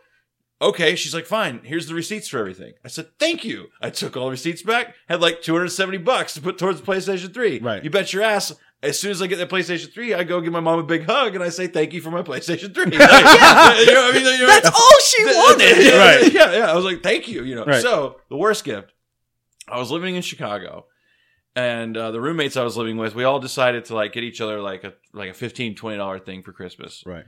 okay, she's like, "Fine, here's the receipts for everything." I said, "Thank you." I took all the receipts back. Had like 270 bucks to put towards the PlayStation 3.
Right.
You bet your ass. As soon as I get that PlayStation 3, I go give my mom a big hug and I say thank you for my PlayStation 3. Like, you know what I mean? You know,
That's all she wanted.
yeah,
Right.
Yeah, yeah. I was like, thank you. You know.
Right.
So the worst gift. I was living in Chicago, and uh, the roommates I was living with, we all decided to like get each other like a like a 15 dollar thing for Christmas.
Right.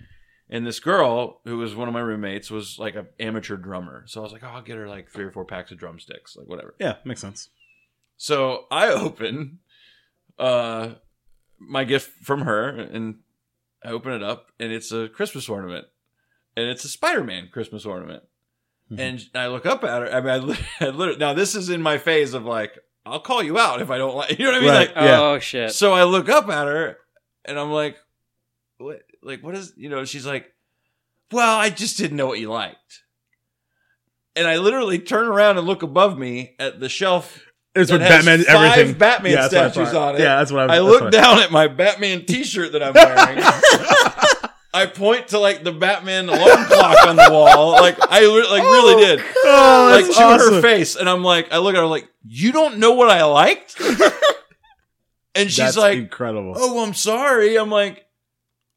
And this girl who was one of my roommates was like an amateur drummer, so I was like, oh, I'll get her like three or four packs of drumsticks, like whatever.
Yeah, makes sense.
So I open uh my gift from her and I open it up and it's a Christmas ornament. And it's a Spider-Man Christmas ornament.
Mhm.
And I look up at her. I mean, I, lit- I literally now this is in my phase of like, I'll call you out if I don't like. You know what I mean?
Right.
Like,
Yeah.
Oh shit.
so I look up at her and I'm like, what? Like, what is, you know, she's like, well, I just didn't know what you liked. And I literally turn around and look above me at the shelf.
It's
It
with
has
Batman.
five
Everything.
Batman
that's what I
statues
thought.
on it.
Yeah, that's what I,
I
that's
look
what
down at my Batman t shirt that I'm wearing. I point to like the Batman alarm clock on the wall. Like, I li- like really did.
Oh,
Like,
that's
to her
awesome.
face. And I'm like, I look at her like, you don't know what I liked? and she's
That's
like,
incredible.
oh i'm sorry i'm like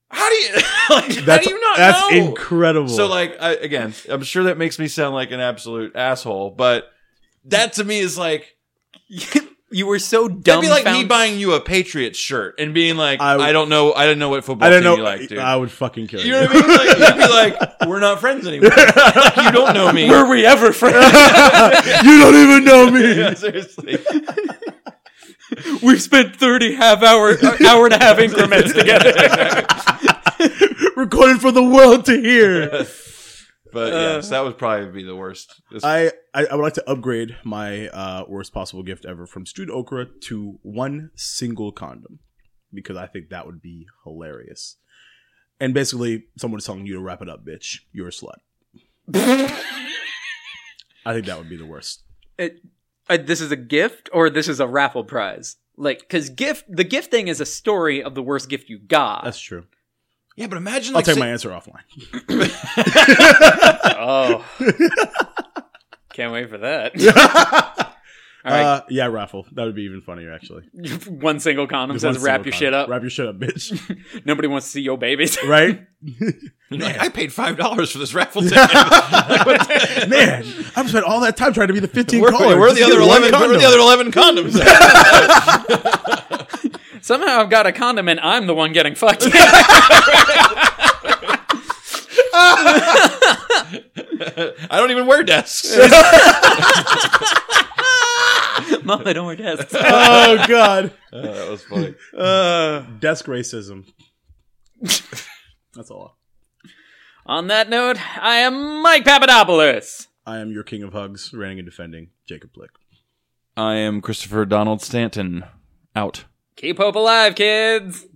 how do you like how
that's
do you not
that's
know
incredible.
so like I, again i'm sure that makes me sound like an absolute asshole but that to me is like
you were so
that'd
dumb.
be like me buying you a patriots shirt and being like
I-
i, don't know i don't know what football
I don't
team
know.
you like dude
I would fucking kill
you
you.
know what I mean? Like, you'd be like, "We're not friends anymore. Like, you don't know me.
Were we ever friends?
you don't even know me.
Yeah, seriously,
we spent thirty half hour hour and a half increments together.
Recorded for the world to hear.
but
Uh.
yes, that would probably be the worst. It's-
I, I I would like to upgrade my uh, worst possible gift ever from stewed okra to one single condom because I think that would be hilarious. And basically, someone's telling you to wrap it up, bitch. You're a slut. I think that would be the worst.
Uh, this is a gift or this is a raffle prize? Like, because gift the gift thing is a story of the worst gift you got.
That's true.
yeah, but imagine
I'll
like
take
say-
my answer offline.
oh, can't wait for that. All right,
Uh, yeah, raffle. That would be even funnier, actually.
one single condom
Just
says
one
wrap your
single condom.
shit up.
Wrap your shit up, bitch.
Nobody wants to see your babies.
right?
You're like, I paid five dollars for this raffle ticket. Like, what the-
Man, I've spent all that time trying to be the 15
where,
caller.
where are
Just
the
get
other
one
eleven? Where are
condom.
the other eleven condoms? at?
Somehow I've got a condom and I'm the one getting fucked.
I don't even wear desks.
Mom, I don't wear desks.
Oh, God.
that was funny.
Desk racism. That's all.
On that note, I am Mike Papadopoulos.
I am your king of hugs, reigning and defending Jacob Blick.
I am Christopher Donald Stanton. Out.
Keep hope alive, kids.